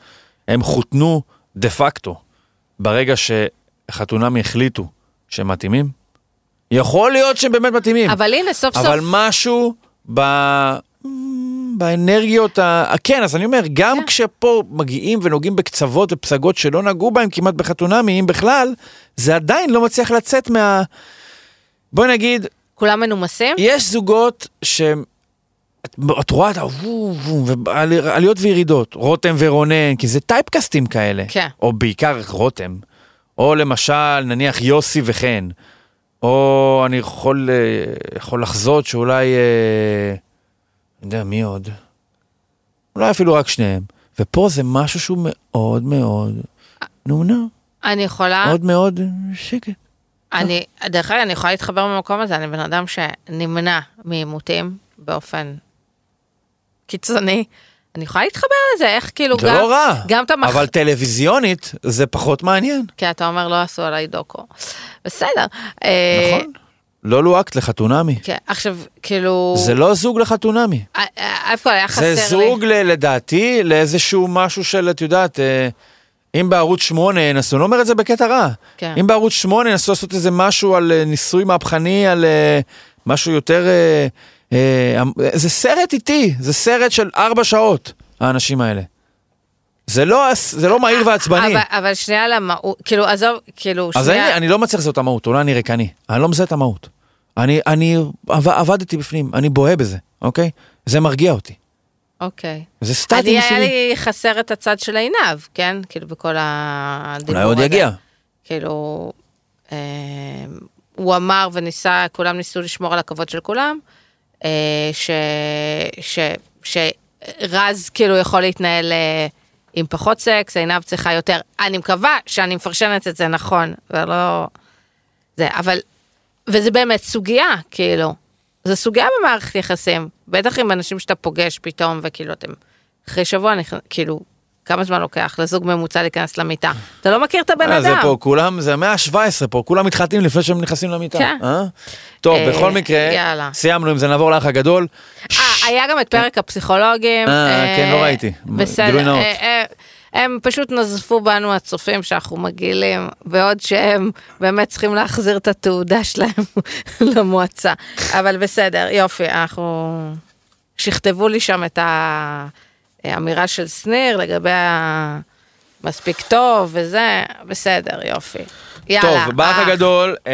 S1: הם חותנו דה פקטו ברגע שחתונמי החליטו שהם מתאימים. יכול להיות שהם באמת מתאימים, אבל,
S2: אבל הנה, סוף סוף...
S1: כן. אבל משהו ב... באנרגיות, ה... כן, אז אני אומר, גם
S2: כן.
S1: כשפה מגיעים ונוגעים בקצוות ופסגות שלא נגעו בהם כמעט בחתונמי, אם בכלל, זה עדיין לא מצליח לצאת מה... בואי נגיד,
S2: כולם מנומסים?
S1: יש זוגות שהם... את- את רואה את הוו וו, ועליות וירידות, רותם ורונן, כי זה טייפקאסטים כאלה.
S2: כן.
S1: או בעיקר רותם. או למשל, נניח יוסי וחן. או אני יכול, אה, יכול לחזות שאולי... אה, אני יודע, מי עוד? אולי אפילו רק שניהם. ופה זה משהו שהוא מאוד מאוד... נו, נו,
S2: אני יכולה...
S1: מאוד מאוד שקט.
S2: אני, דרך אגב, אני יכולה להתחבר במקום הזה, אני בן אדם שנמנע מעימותים באופן קיצוני. אני יכולה להתחבר לזה, איך כאילו
S1: זה
S2: גם...
S1: לא רע,
S2: גם את המח...
S1: אבל טלוויזיונית זה פחות מעניין.
S2: כי אתה אומר, לא עשו עליי דוקו. בסדר. אה,
S1: נכון. לא לואקט לחתונמי.
S2: כן, עכשיו, כאילו...
S1: זה לא זוג לחתונמי.
S2: אה, אה, איפה היה חסר לי?
S1: זה זוג ל- לדעתי לאיזשהו משהו של, את יודעת, אה, אם בערוץ 8 ינסו, אני לא אומר את זה בקטע רע,
S2: כן.
S1: אם בערוץ 8 ינסו לעשות איזה משהו על אה, ניסוי מהפכני, על אה, משהו יותר... אה, אה, אה, זה סרט איטי, זה סרט של ארבע שעות, האנשים האלה. זה לא, הס- זה לא מהיר ועצבני.
S2: אה, אבל, אבל שנייה למהות, כאילו, עזוב, כאילו,
S1: אז
S2: שנייה...
S1: אני, אני לא מצליח לזהות את המהות, אולי אני ריקני, אני לא מזהה את המהות. אני, אני עב, עבדתי בפנים, אני בוהה בזה, אוקיי? זה מרגיע אותי.
S2: אוקיי.
S1: זה
S2: אני,
S1: סטטים
S2: היה
S1: שלי.
S2: לי חסר את הצד של עינב, כן? כאילו, בכל הדיבור
S1: אולי עוד
S2: הזה.
S1: יגיע.
S2: כאילו, אה, הוא אמר וניסה, כולם ניסו לשמור על הכבוד של כולם, אה, ש, ש, שרז כאילו יכול להתנהל אה, עם פחות סקס, עינב צריכה יותר. אני מקווה שאני מפרשנת את זה נכון, ולא... זה, אבל... וזה באמת סוגיה, כאילו. זו סוגיה במערכת יחסים, בטח עם אנשים שאתה פוגש פתאום, וכאילו אתם... אחרי שבוע, נכנ- כאילו, כמה זמן לוקח לזוג ממוצע להיכנס למיטה? אתה לא מכיר את הבן
S1: אה,
S2: אדם.
S1: זה פה, כולם, זה המאה ה-17 פה, כולם מתחתנים לפני שהם נכנסים למיטה.
S2: כן.
S1: אה? טוב,
S2: אה,
S1: בכל מקרה,
S2: יאללה.
S1: סיימנו עם זה, נעבור לאח הגדול.
S2: אה, היה גם את פרק הפסיכולוגים.
S1: אה, כן, לא ראיתי. גילוי
S2: בסדר.
S1: נאות.
S2: אה, אה, הם פשוט נזפו בנו הצופים שאנחנו מגעילים, בעוד שהם באמת צריכים להחזיר את התעודה שלהם למועצה. אבל בסדר, יופי, אנחנו... שכתבו לי שם את האמירה של שניר לגבי ה... מספיק טוב וזה, בסדר, יופי. יאללה.
S1: טוב, באח
S2: אה,
S1: הגדול, אה,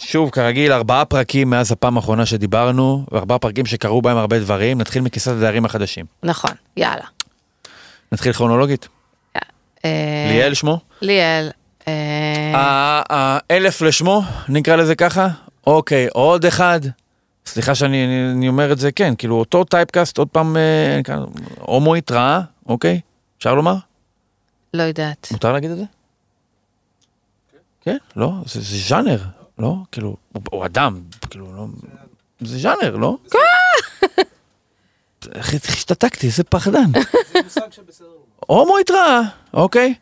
S1: שוב, כרגיל, ארבעה פרקים מאז הפעם האחרונה שדיברנו, וארבעה פרקים שקרו בהם הרבה דברים. נתחיל מכיסת הדיירים החדשים.
S2: נכון, יאללה.
S1: נתחיל כרונולוגית.
S2: אה,
S1: ליאל שמו?
S2: ליאל. אה,
S1: ה- האלף לשמו, נקרא לזה ככה. אוקיי, עוד אחד. סליחה שאני אני- אני אומר את זה, כן, כאילו אותו טייפקאסט, עוד פעם, אה, כאן, הומואית רעה, אוקיי? אפשר לומר?
S2: לא יודעת.
S1: מותר להגיד את זה? כן? לא? זה זה ז'אנר, לא? כאילו, הוא- הוא אדם, כאילו, לא... זה ז'אנר, לא? כן! איך איך השתתקתי, איזה פחדן. הומואית רעה, אוקיי?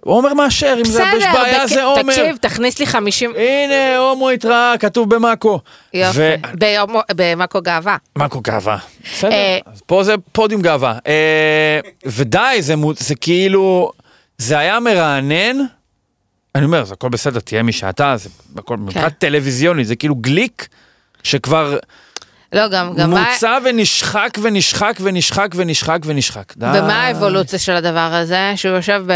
S1: עומר מאשר, אם זה יש בעיה
S2: בכ-
S1: זה עומר.
S2: כן, תקשיב, תכניס לי 50...
S1: הנה, הומו התראה, כתוב במאקו.
S2: יופי.
S1: ו-
S2: ביום- במאקו גאווה.
S1: מאקו גאווה. בסדר,
S2: אה.
S1: אז פה זה פודיום גאווה. אה, ודי, זה מו- זה כאילו, זה היה מרענן. אני אומר, זה הכל בסדר, תהיה מי שאתה, זה הכל
S2: כן.
S1: מבחינת טלוויזיוני, זה כאילו גליק שכבר
S2: לא, גם... גם מה-
S1: מוצא ונשחק ונשחק ונשחק ונשחק ונשחק. די.
S2: ומה האבולוציה של הדבר הזה? שהוא יושב ב-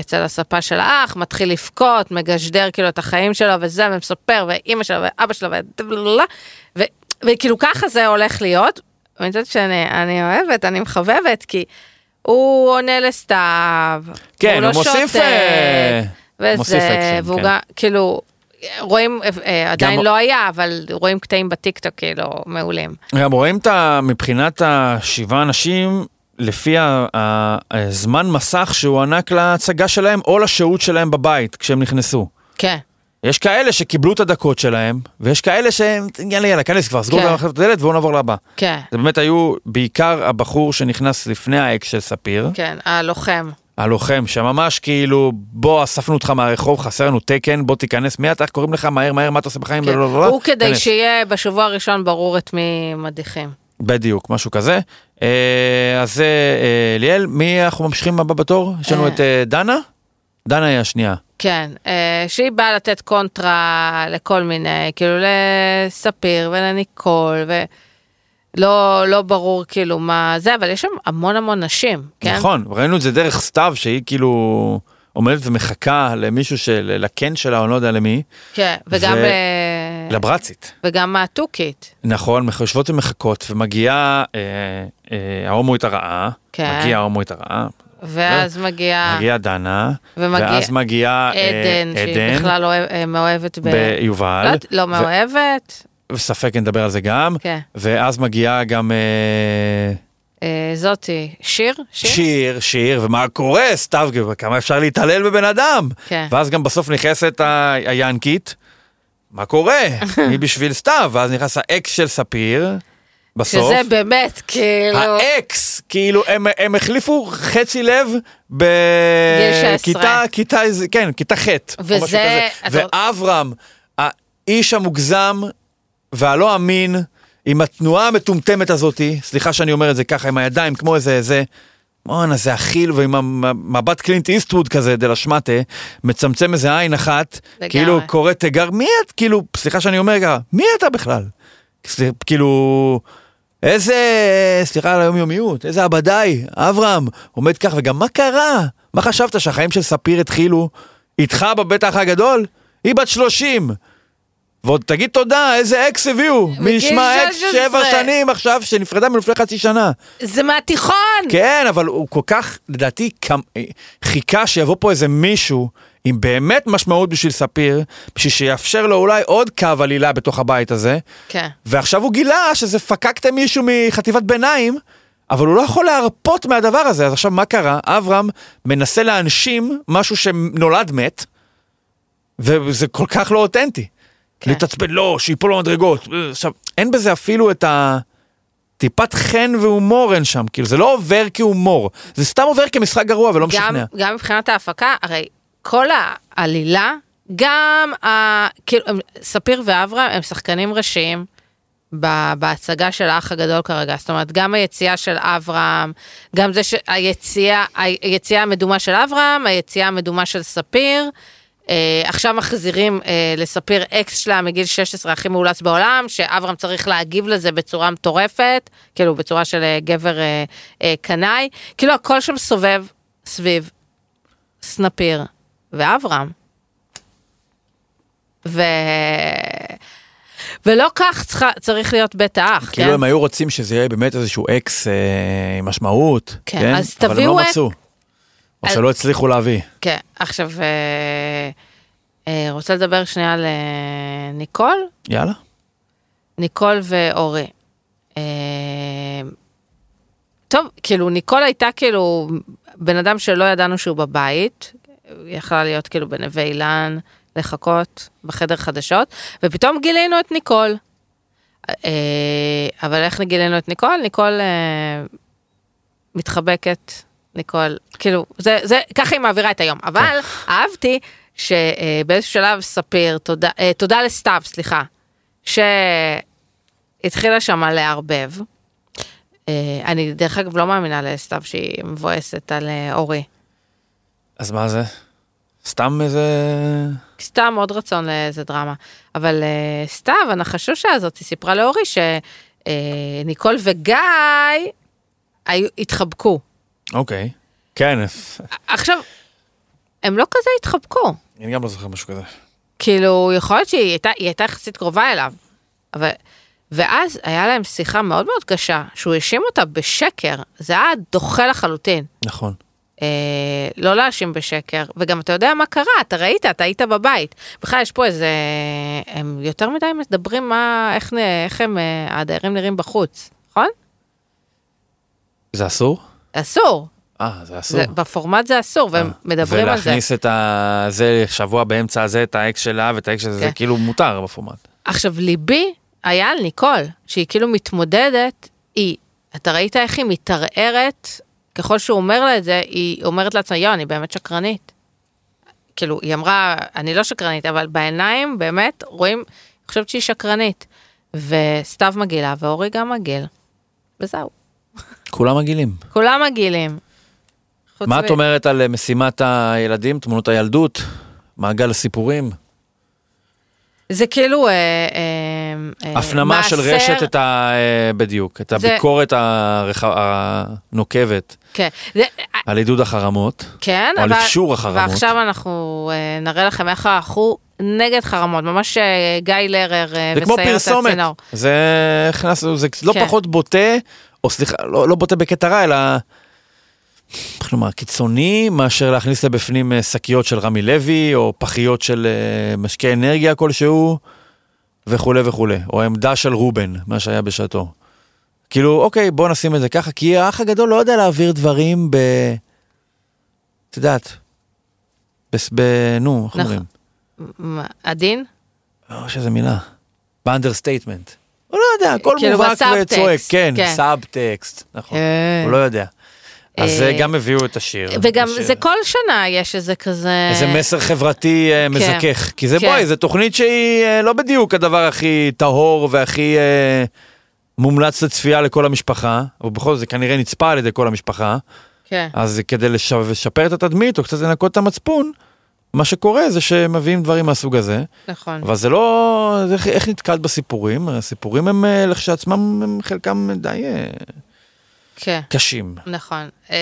S2: אצל הספה של האח, מתחיל לבכות, מגשדר כאילו את החיים שלו וזה, ומספר, ואימא שלו ואבא שלו ודבללה, ו... וכאילו ככה זה הולך להיות. מצד שני, אני אוהבת, אני מחבבת, כי הוא עונה לסתיו,
S1: כן,
S2: הוא לא
S1: הוא מוסיף,
S2: שותק,
S1: אה, מוסיף
S2: וזה,
S1: אקשן,
S2: והוא
S1: כן.
S2: גם, כאילו, רואים, אה, אה, עדיין
S1: גם-
S2: לא היה, אבל רואים קטעים בטיקטוק, כאילו, מעולים.
S1: גם רואים את ה... מבחינת השבעה אנשים, לפי ה- ה- הזמן מסך שהוענק להצגה שלהם, או לשהות שלהם בבית כשהם נכנסו.
S2: כן,
S1: יש כאלה שקיבלו את הדקות שלהם, ויש כאלה שהם, יאללה, יאללה, כנס כבר, סגור
S2: כן.
S1: גם עכשיו את הדלת ובואו נעבור לבא.
S2: כן,
S1: זה באמת היו בעיקר הבחור שנכנס לפני האקס של ספיר,
S2: כן, הלוחם.
S1: הלוחם, שממש כאילו, בוא, אספנו אותך מהרחוב, חסר לנו תקן, בוא תיכנס מיד, איך קוראים לך, מהר, מהר, מה אתה עושה בחיים,
S2: כן.
S1: בלה, בלה, בלה.
S2: הוא כדי
S1: כנס.
S2: שיהיה בשבוע הראשון ברור את מי מדיחים.
S1: בדיוק, משהו כזה. אה, אז זה אה, ליאל, מי אנחנו ממשיכים הבא בתור? יש לנו
S2: אה.
S1: את אה, דנה? דנה היא השנייה.
S2: כן, אה, שהיא באה לתת קונטרה לכל מיני, כאילו לספיר ולניקול, ולא לא ברור כאילו מה זה, אבל יש שם המון המון נשים, כן?
S1: נכון, ראינו את זה דרך סתיו, שהיא כאילו עומדת ומחכה למישהו של... לקן שלה, או אני לא יודע למי,
S2: כן, וגם,
S1: ו-
S2: אה,
S1: לברצית.
S2: וגם התוכית.
S1: נכון, מח- יושבות ומחכות, ומגיעה אה, אה, ההומואית הרעה.
S2: כן.
S1: מגיעה ההומואית הרעה.
S2: ואז מגיעה
S1: מגיעה דנה.
S2: ומגיע-
S1: ואז מגיעה כן. אה,
S2: עדן, שהיא בכלל לא אה, מאוהבת ב...
S1: ביובל.
S2: לא- לא
S1: ו-
S2: מאוהבת,
S1: ספק אם נדבר על זה גם.
S2: כן.
S1: ואז מגיעה גם אה,
S2: אה, זאתי, שיר?
S1: שיר, שיר, ומה קורה, סתיו, גבר, כמה אפשר להתעלל בבן אדם.
S2: כן.
S1: ואז גם בסוף נכנסת ה- היענקית, מה קורה? היא בשביל סתיו, ואז נכנס האקס של ספיר, בסוף.
S2: שזה באמת, כאילו...
S1: אה, האקס, כאילו, הם, הם החליפו חצי לב
S2: גיל 16.
S1: בכיתה, כיתה, איזה- כן, כיתה ח' או משהו
S2: וזה-
S1: כזה.
S2: אתה-
S1: ואברהם, האיש המוגזם והלא אמין, עם התנועה המטומטמת הזאתי, סליחה שאני אומר את זה ככה, עם הידיים כמו איזה, איזה, בואנה, זה אכיל, ועם המבט קלינט איסטווד כזה, דלשמטה, מצמצם איזה עין אחת,
S2: לגמרי.
S1: כאילו קורא תיגר, מי את, כאילו, סליחה שאני אומר ככה, מי אתה בכלל? סל- כאילו, איזה, סליחה על היומיומיות, איזה עבדאי, אברהם, עומד כך, וגם מה קרה? מה חשבת, שהחיים של ספיר התחילו איתך בבית האח הגדול? היא בת 30. ועוד תגיד תודה, איזה אקס הביאו. מי
S2: בגיל
S1: ישמע אקס
S2: 16.
S1: שבע שנים עכשיו, שנפרדה ממנו לפני חצי שנה.
S2: זה מהתיכון!
S1: כן, אבל הוא כל כך, לדעתי, כמ- חיכה שיבוא פה איזה מישהו עם באמת משמעות בשביל ספיר, בשביל שיאפשר לו אולי עוד קו עלילה בתוך הבית הזה.
S2: כן.
S1: ועכשיו הוא גילה שזה פקקתם מישהו מחטיבת ביניים, אבל הוא לא יכול להרפות מהדבר הזה. אז עכשיו, מה קרה? אברהם מנסה להנשים משהו שנולד מת, וזה כל כך לא אותנטי.
S2: כן.
S1: כן. להתעצבן, לא, שיפול במדרגות. אה, עכשיו, אין בזה אפילו את ה... טיפת חן והומור אין שם, כאילו, זה לא עובר כהומור, זה סתם עובר כמשחק גרוע ולא
S2: גם,
S1: לא
S2: כן.
S1: משכנע.
S2: גם מבחינת ההפקה, הרי כל העלילה, גם ה... כאילו, הם, ספיר ואברהם הם שחקנים ראשיים ב- בהצגה של האח הגדול כרגע. זאת אומרת, גם היציאה של אברהם, גם זה שהיציאה היציאה המדומה של אברהם, היציאה המדומה של ספיר. Uh, עכשיו מחזירים uh, לספיר אקס שלה מגיל 16 הכי מאולץ בעולם, שאברהם צריך להגיב לזה בצורה מטורפת, כאילו בצורה של uh, גבר uh, uh, קנאי, כאילו הכל שם סובב סביב סנפיר ואברהם. ו... ולא כך צריך, צריך להיות בית האח,
S1: כאילו
S2: כן?
S1: הם היו רוצים שזה יהיה באמת איזשהו אקס אה, עם משמעות,
S2: כן,
S1: כן,
S2: אז
S1: אבל הם
S2: תביאו
S1: לא
S2: אק-
S1: מצאו, או
S2: אז-
S1: שלא הצליחו להביא.
S2: כן, עכשיו, אה, אה, רוצה לדבר שנייה על אה, ניקול?
S1: יאללה.
S2: ניקול ואורי. אה, טוב, כאילו, ניקול הייתה כאילו בן אדם שלא ידענו שהוא בבית, היא יכלה להיות כאילו בנווה אילן, לחכות בחדר חדשות, ופתאום גילינו את ניקול. אה, אבל איך גילינו את ניקול? ניקול אה, מתחבקת, ניקול, כאילו, זה, זה, ככה היא מעבירה את היום, אבל אהבתי שבאיזשהו שלב ספיר, תודה, אה, תודה לסתיו, סליחה, שהתחילה שמה לערבב. אה, אני דרך אגב לא מאמינה לסתיו שהיא מבואסת על אה, אורי.
S1: אז מה זה? סתם איזה...
S2: סתם עוד רצון לאיזה דרמה. אבל אה, סתיו, הנחשושה הזאת, היא סיפרה לאורי שניקול וגיא היו, התחבקו.
S1: אוקיי. כן,
S2: עכשיו, הם לא כזה התחבקו.
S1: אני גם לא זוכר משהו כזה.
S2: כאילו, יכול להיות שהיא הייתה, היא הייתה יחסית קרובה אליו. אבל... ואז היה להם שיחה מאוד מאוד קשה, שהוא האשים אותה בשקר. זה היה דוחה לחלוטין.
S1: נכון.
S2: אה, לא להאשים בשקר, וגם אתה יודע מה קרה, אתה ראית, אתה היית בבית. בכלל יש פה איזה, הם יותר מדי מדברים מה, איך, נ- איך הם, אה, הדיירים נראים בחוץ, נכון?
S1: זה אסור?
S2: אסור,
S1: אה, זה אסור.
S2: זה, בפורמט זה אסור, והם
S1: אה.
S2: מדברים על זה.
S1: ולהכניס את ה... זה שבוע באמצע הזה, את האקס שלה ואת האקס של זה, זה
S2: כן.
S1: כאילו מותר בפורמט.
S2: עכשיו, ליבי היה על ניקול, שהיא כאילו מתמודדת, היא, אתה ראית איך היא מתערערת, ככל שהוא אומר לה את זה, היא אומרת לעצמה, יואו, אני באמת שקרנית. כאילו, היא אמרה, אני לא שקרנית, אבל בעיניים, באמת, רואים, אני חושבת שהיא שקרנית. וסתיו מגעילה, ואורי גם מגעיל. וזהו.
S1: כולם מגעילים.
S2: כולם מגעילים. חוץ
S1: מה
S2: מ-
S1: את אומרת על אה, משימת הילדים, תמונות הילדות, מעגל הסיפורים?
S2: אה, זה כאילו... אה, אה, אה,
S1: הפנמה של
S2: מעשר-
S1: רשת את ה... אה, בדיוק, את
S2: זה-
S1: הביקורת הרח- הנוקבת
S2: כן. זה,
S1: על עידוד החרמות.
S2: כן,
S1: או על אפשור החרמות.
S2: ועכשיו אנחנו אה, נראה לכם איך אנחנו נגד חרמות, ממש אה, גיא לרר אה,
S1: זה כמו פרסומת,
S2: הצינור.
S1: זה הכנסנו, זה לא
S2: כן.
S1: פחות בוטה, או סליחה, לא לא בוטה בקטע רע, אלא, איך נאמר, קיצוני, מאשר להכניס לבפנים אה, שקיות של רמי לוי, או פחיות של אה, משקה אנרגיה כלשהו, וכולי וכולי, או עמדה של רובן, מה שהיה בשעתו. כאילו, אוקיי, בוא נשים את זה ככה, כי האח הגדול לא יודע להעביר דברים ב... את יודעת, בס- ב... נו, איך
S2: נכון.
S1: אומרים?
S2: מ- עדין?
S1: לא, יש איזה מילה. באנדרסטייטמנט. הוא לא יודע, הכל
S2: כאילו
S1: מובהק
S2: בסאבטקסט,
S1: וצועק. כן,
S2: כן.
S1: סאבטקסט, נכון.
S2: אה.
S1: הוא לא יודע. אז
S2: אה.
S1: זה גם הביאו את השיר.
S2: וגם
S1: השיר.
S2: זה כל שנה יש איזה כזה...
S1: איזה מסר חברתי אה, מזכך. כי זה
S2: כן.
S1: בואי, זו תוכנית שהיא אה, לא בדיוק הדבר הכי טהור והכי אה, מומלץ לצפייה לכל המשפחה, אבל בכל זאת זה כנראה נצפה על ידי כל המשפחה.
S2: כן.
S1: אז כדי לש- לשפר את התדמית או קצת לנקות את המצפון, מה שקורה זה שמביאים דברים מהסוג הזה.
S2: נכון.
S1: אבל זה לא... זה איך, איך נתקלת בסיפורים? הסיפורים הם אה, לכשעצמם, הם חלקם די אה,
S2: כן.
S1: קשים.
S2: נכון. אה,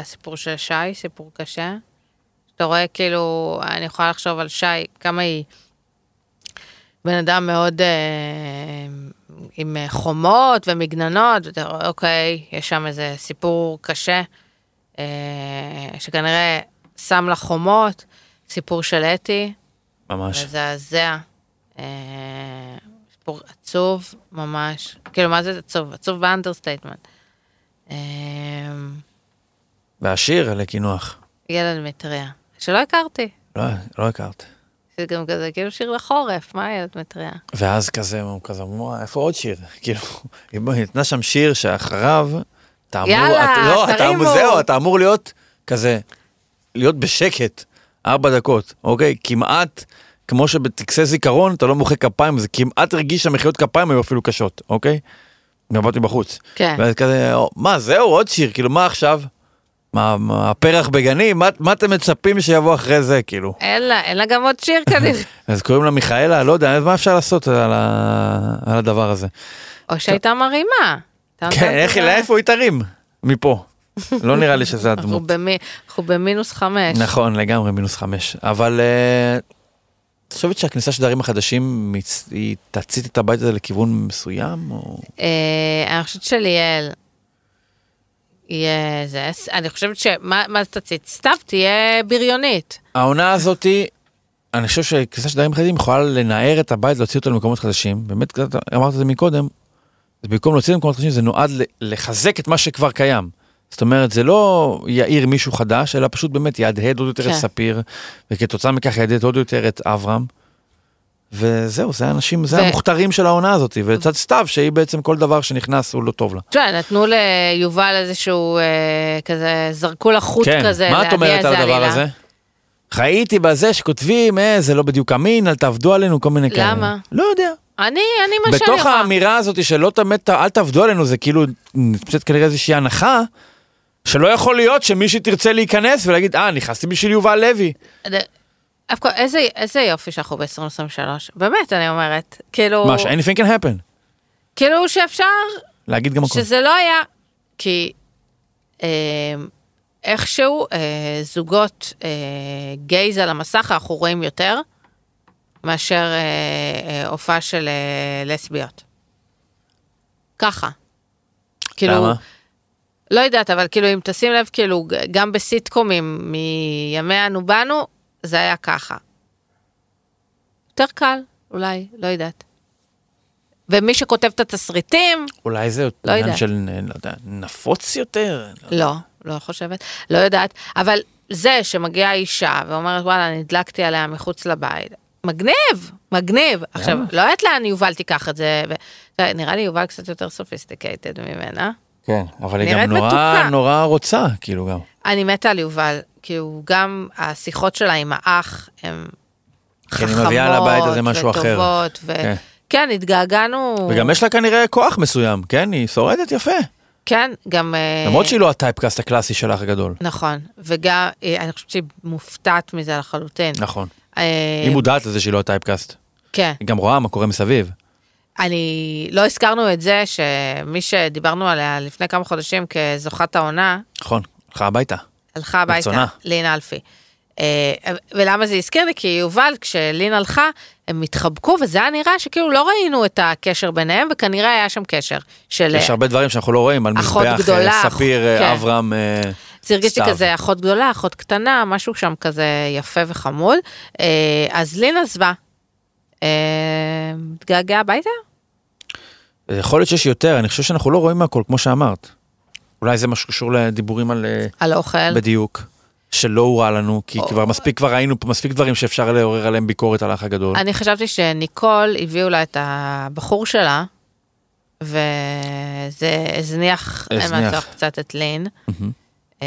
S2: הסיפור של שי, סיפור קשה. אתה רואה כאילו, אני יכולה לחשוב על שי, כמה היא בן אדם מאוד אה, עם אה, חומות ומגננות, ואתה רואה, אוקיי, יש שם איזה סיפור קשה, אה, שכנראה שם לה חומות, סיפור של אתי,
S1: ממש.
S2: אוקיי. מזעזע. אה, סיפור עצוב ממש, כאילו מה זה עצוב? עצוב באנדרסטייטמנט. אמ,
S1: והשיר לקינוח.
S2: ילד מטריה, שלא הכרתי.
S1: לא, לא הכרת.
S2: זה גם כזה כאילו שיר לחורף, מה ילד מטריה?
S1: ואז כזה, הוא כזה, "מו, איפה עוד שיר? כאילו, אם ניתנה שם שיר שאחריו, אתה אמור,
S2: יאללה,
S1: אתה, לא, אתה אמור,
S2: תרימו.
S1: זהו, אתה אמור להיות כזה, להיות בשקט, ארבע דקות, אוקיי? כמעט, כמו שבטקסי זיכרון, אתה לא מוחא כפיים, זה כמעט הרגיש שהמחיאות כפיים היו אפילו קשות, אוקיי? מבטתי בחוץ.
S2: כן.
S1: ואז כזה, "או, מה, זהו, עוד שיר, כאילו, מה עכשיו? מה, מה הפרח בגנים? מה, מה אתם מצפים שיבוא אחרי זה, כאילו?
S2: אין לה, אין לה גם עוד שיר כנראה.
S1: אז קוראים לה מיכאלה, לא יודע, אז מה אפשר לעשות על, ה... על הדבר הזה?
S2: אה, או שהייתה מרימה. אתה נותן
S1: כן, איך,
S2: כזה-
S1: לאיפה היא תרים? מפה. לא נראה לי שזה
S2: אנחנו
S1: הדמות.
S2: במי- אנחנו במינוס חמש.
S1: נכון, לגמרי, מינוס חמש. אבל אה, את חושבת שהכניסה של דברים החדשים, מצ- היא תצית את הבית הזה לכיוון מסוים? או...
S2: אה, אני חושבת שליאל. יהיה זה, אני חושבת שמה מה תציץ? סתיו תהיה בריונית.
S1: העונה הזאתי, אני חושב שכניסה של דברים חדשים יכולה לנער את הבית, להוציא אותו למקומות חדשים. באמת, קצת אמרת את זה מקודם, אז במקום להוציא למקומות חדשים, זה נועד ל- לחזק את מה שכבר קיים. זאת אומרת, זה לא יאיר מישהו חדש, אלא פשוט באמת יהדהד עוד יותר
S2: כן.
S1: את ספיר, וכתוצאה מכך יהדהד עוד יותר את אברהם. וזהו, זה האנשים, זה
S2: ו-
S1: המוכתרים של העונה הזאת, ולצד סתיו, שהיא בעצם כל דבר שנכנס הוא לא טוב לה.
S2: אתה יודע, נתנו ליובל איזשהו אה, כזה, זרקו לה חוט
S1: כן,
S2: כזה,
S1: מה את
S2: להניע
S1: אומרת
S2: איזה
S1: על הדבר
S2: עלילה.
S1: הזה? חייתי בזה שכותבים, אה, זה לא בדיוק אמין, אל תעבדו עלינו, כל מיני כאלה.
S2: למה?
S1: לא יודע.
S2: אני, אני מה שאני
S1: בתוך
S2: רואה.
S1: האמירה הזאת שלא תמת, אל תעבדו עלינו, זה כאילו, נמצאת כנראה איזושהי הנחה, שלא יכול להיות שמישהי תרצה להיכנס ולהגיד, אה, נכנסתי בשביל יובל לוי.
S2: אף כל- איזה- איזה יופי שאנחנו ב-2023, באמת, אני אומרת. כאילו,
S1: מה, ש-anything can happen.
S2: כאילו שאפשר,
S1: להגיד גם הכול.
S2: שזה לא היה, כי אה, איכשהו אה, זוגות אה, גייז על המסך אנחנו רואים יותר, מאשר אה, אה, הופעה של אה, לסביות. ככה. כאילו,
S1: למה?
S2: לא יודעת, אבל כאילו אם תשים לב, כאילו ג- גם בסיטקומים מימי אנו באנו, זה היה ככה. יותר קל, אולי, לא יודעת. ומי שכותב את התסריטים,
S1: אולי זה
S2: לא
S1: עניין
S2: יודעת.
S1: של, לא יודע, נפוץ יותר?
S2: לא, לא חושבת, לא יודעת, אבל זה שמגיעה אישה ואומרת וואלה נדלקתי עליה מחוץ לבית, מגניב, מגניב. עכשיו, לא יודעת לאן יובל תיקח את זה, ו... אתה יודע, נראה לי יובל קצת יותר סופיסטיקייטד ממנה.
S1: כן, אבל היא גם
S2: נראית
S1: נורא,
S2: מתוקה.
S1: נורא רוצה, כאילו גם.
S2: אני מתה על יובל, כי הוא גם, השיחות שלה עם האח, הן
S1: כן, היא
S2: חכמות,
S1: מביאה לבית הזה משהו אחר.
S2: וטובות, ו...
S1: כן.
S2: כן. כן, התגעגענו,
S1: וגם יש לה כנראה כוח מסוים, כן? היא שורדת יפה.
S2: כן, גם... אה,
S1: למרות שהיא לא הטייפקאסט הקלאסי שלך הגדול.
S2: נכון, וגם, אה, אני חושבת שהיא מופתעת מזה לחלוטין.
S1: נכון.
S2: אה,
S1: היא מודעת לזה שהיא לא הטייפקאסט.
S2: כן.
S1: היא גם רואה מה קורה מסביב.
S2: אני, לא הזכרנו את זה שמי שדיברנו עליה לפני כמה חודשים כזוכת העונה,
S1: נכון, הלכה הביתה.
S2: הלכה הביתה,
S1: רצונה.
S2: לין אלפי. אה, ולמה זה הזכיר לי? כי יובל, כשלין הלכה, הם התחבקו, וזה היה נראה שכאילו לא ראינו את הקשר ביניהם, וכנראה היה שם קשר. של... אה,
S1: יש הרבה דברים שאנחנו לא רואים, על
S2: אחות
S1: מזבח,
S2: גדולה,
S1: אה,
S2: אח-
S1: ספיר, אה,
S2: כן.
S1: אברהם, אה,
S2: זה הרגיש לי
S1: סתיו.
S2: כזה אחות גדולה, אחות קטנה, משהו שם כזה יפה וחמוד. אה, אז לין עזבה. אה, התגעגעה הביתה?
S1: יכול להיות שיש יותר, אני חושב שאנחנו לא רואים הכל, כמו שאמרת. אולי זה מה שקשור לדיבורים על אה,
S2: על אוכל.
S1: בדיוק, שלא הורע לנו, כי כבר מספיק כבר ראינו פה מספיק דברים שאפשר לעורר עליהם ביקורת על האח הגדול.
S2: אני חשבתי שניקול הביאו לה את הבחור שלה, וזה הזניח
S1: הזניח.
S2: מהצורך קצת את לין. אה,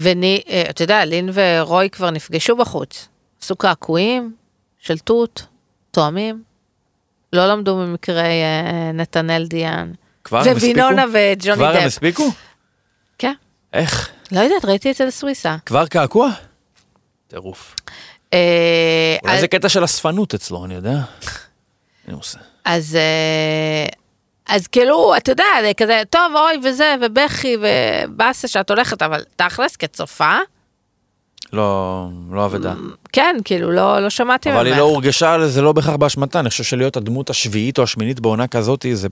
S2: וני, אה, אתה יודע, לין ורוי כבר נפגשו בחוץ. עשו קעקועים, שלטות, תואמים. לא למדו ממקרי אה, נתנאל דיאן.
S1: כבר הם הספיקו?
S2: ווינונה וג'וני
S1: כבר הם
S2: דפ.
S1: הספיקו?
S2: כן.
S1: איך?
S2: לא יודעת, ראיתי את זה לסוויסה.
S1: כבר קעקוע? טירוף.
S2: אה,
S1: אולי
S2: אז-
S1: זה קטע של אספנות אצלו, אני יודע. אני עושה.
S2: אז, אה, אז כאילו, אתה יודע, זה כזה, טוב, אוי וזה, ובכי, ובאסה שאת הולכת, אבל תכלס, כצופה,
S1: לא, לא אבדה.
S2: כן, כאילו, לא, לא שמעתי
S1: אבל היא לא הורגשה, על זה לא בהכרח באשמתה, אני חושב שלהיות הדמות השביעית או השמינית בעונה כזאת זה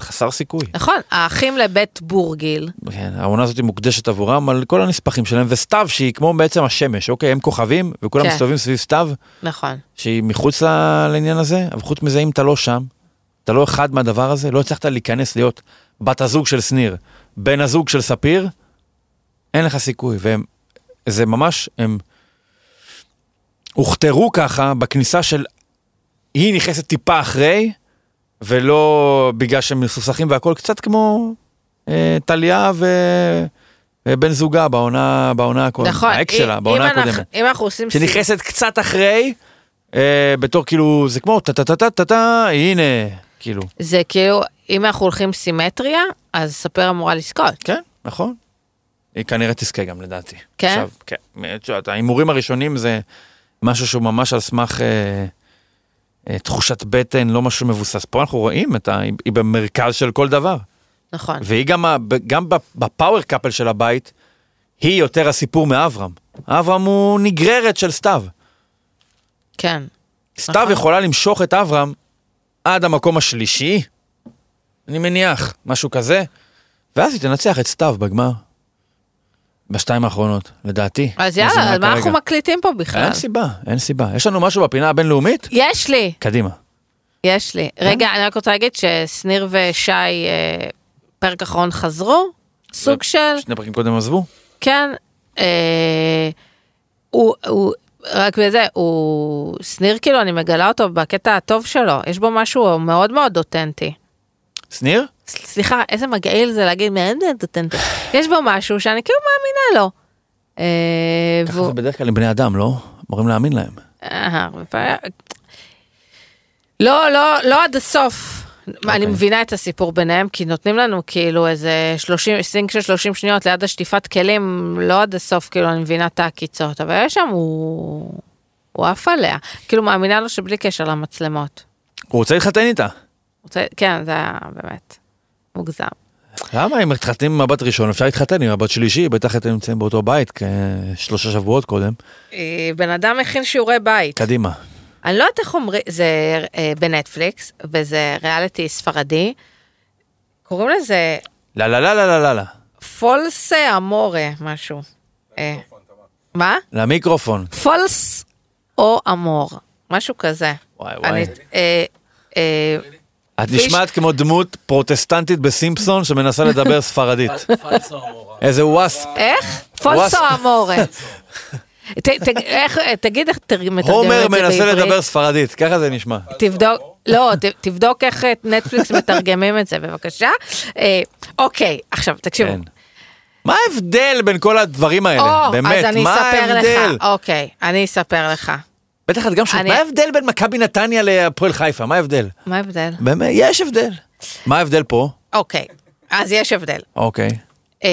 S1: חסר סיכוי.
S2: נכון, האחים לבית בורגיל,
S1: כן, העונה הזאת מוקדשת עבורם על כל הנספחים שלהם, וסתיו שהיא כמו בעצם השמש, אוקיי, הם כוכבים, וכולם
S2: כן.
S1: מסתובבים סביב סתיו,
S2: נכון.
S1: שהיא מחוץ ל- לעניין הזה, אבל חוץ מזה אם אתה לא שם, אתה לא אחד מהדבר הזה, לא הצלחת להיכנס להיות בת הזוג של שניר, בן הזוג של ספיר, אין לך סיכוי. והם, זה ממש, הם הוכתרו ככה בכניסה של, היא נכנסת טיפה אחרי, ולא בגלל שהם מסוסכים והכל, קצת כמו אה, טליה ו... ובן זוגה בעונה, בעונה הקודמת,
S2: נכון,
S1: האקס
S2: אם-
S1: שלה, בעונה
S2: אם אנחנו-
S1: הקודמת.
S2: אם אנחנו עושים סיבוב,
S1: שנכנסת קצת אחרי, אה, בתור כאילו, זה כמו טה-טה-טה-טה-טה, הנה, כאילו.
S2: זה כאילו, אם אנחנו הולכים סימטריה, אז ספר אמורה לזכות.
S1: כן, נכון. היא כנראה תזכה גם לדעתי.
S2: כן?
S1: עכשיו, כן. את יודעת, ההימורים הראשונים זה משהו שהוא ממש על סמך אה, אה, תחושת בטן, לא משהו מבוסס. פה אנחנו רואים את ה... היא היא במרכז של כל דבר.
S2: נכון.
S1: והיא גם, ה- ב- גם ב- בפאוור קאפל של הבית, היא יותר הסיפור מאברהם. אברהם הוא נגררת של סתיו.
S2: כן.
S1: סתיו
S2: נכון.
S1: יכולה למשוך את אברהם עד המקום השלישי, אני מניח, משהו כזה, ואז היא תנצח את סתיו בגמר. בשתיים האחרונות, לדעתי.
S2: אז
S1: זה
S2: יאללה,
S1: נראה
S2: אז מה
S1: כרגע.
S2: אנחנו מקליטים פה בכלל?
S1: אין סיבה, אין סיבה. יש לנו משהו בפינה הבינלאומית?
S2: יש לי,
S1: קדימה.
S2: יש לי. רגע, אני רק רוצה להגיד ששניר ושי, אה, פרק אחרון חזרו, סוג של,
S1: שני פרקים קודם עזבו?
S2: כן. אה, הוא, הוא, רק בזה, הוא, שניר כאילו, אני מגלה אותו בקטע הטוב שלו, יש בו משהו מאוד מאוד אותנטי.
S1: שניר?
S2: סליחה, איזה מגעיל זה להגיד מהאנדנט אותנטי. יש בו משהו שאני כאילו מאמינה לו. אה,
S1: ככה
S2: והוא-
S1: זה בדרך כלל עם בני אדם, לא? אמורים להאמין להם.
S2: אה, הרבה פעמים. לא, לא, לא עד הסוף. אני מבינה את הסיפור ביניהם, כי נותנים לנו כאילו איזה 30, סינק של 30 שניות ליד השטיפת כלים, לא עד הסוף, כאילו, אני מבינה את העקיצות, אבל יש שם, הוא... הוא עף עליה. כאילו, מאמינה לו שבלי קשר למצלמות.
S1: הוא רוצה להתחתן איתה.
S2: רוצה... כן, זה היה באמת מוגזם.
S1: למה אם מתחתנים עם מבט ראשון, אפשר להתחתן עם מבט שלישי, בטח אתם נמצאים באותו בית כשלושה שבועות קודם.
S2: אה, בן אדם הכין שיעורי בית.
S1: קדימה.
S2: אני לא יודעת איך אומרים, זה אה, בנטפליקס, וזה ריאליטי ספרדי. קוראים לזה
S1: לה לה לה לה לה לה לה.
S2: פולסה אמורה, משהו. אה, מה?
S1: למיקרופון.
S2: פולס או אמור, משהו כזה.
S1: וואי
S2: אני-
S1: וואי.
S2: אה, אה,
S1: את נשמעת כמו דמות פרוטסטנטית בסימפסון שמנסה לדבר ספרדית. איזה וואספ.
S2: איך? פולסו
S1: וואס-
S2: אמורה. ת- ת- איך- אה, תגיד איך תרגם את זה
S1: הומר מנסה
S2: בעברית.
S1: לדבר ספרדית, ככה זה נשמע.
S2: תבדוק, לא, ת- תבדוק איך את נטפליקס מתרגמים את זה בבקשה. אה, אוקיי, עכשיו תקשיבו.
S1: כן. מה ההבדל בין כל הדברים האלה?
S2: או,
S1: באמת,
S2: אז אני
S1: מה
S2: אספר
S1: ההבדל?
S2: לך, אוקיי, אני אספר לך.
S1: בטח את גם שואלת,
S2: אני-
S1: מה ההבדל בין מכבי נתניה להפועל חיפה? מה ההבדל?
S2: מה ההבדל?
S1: באמת, יש הבדל. מה ההבדל פה?
S2: אוקיי, אז יש הבדל.
S1: אוקיי.
S2: אה,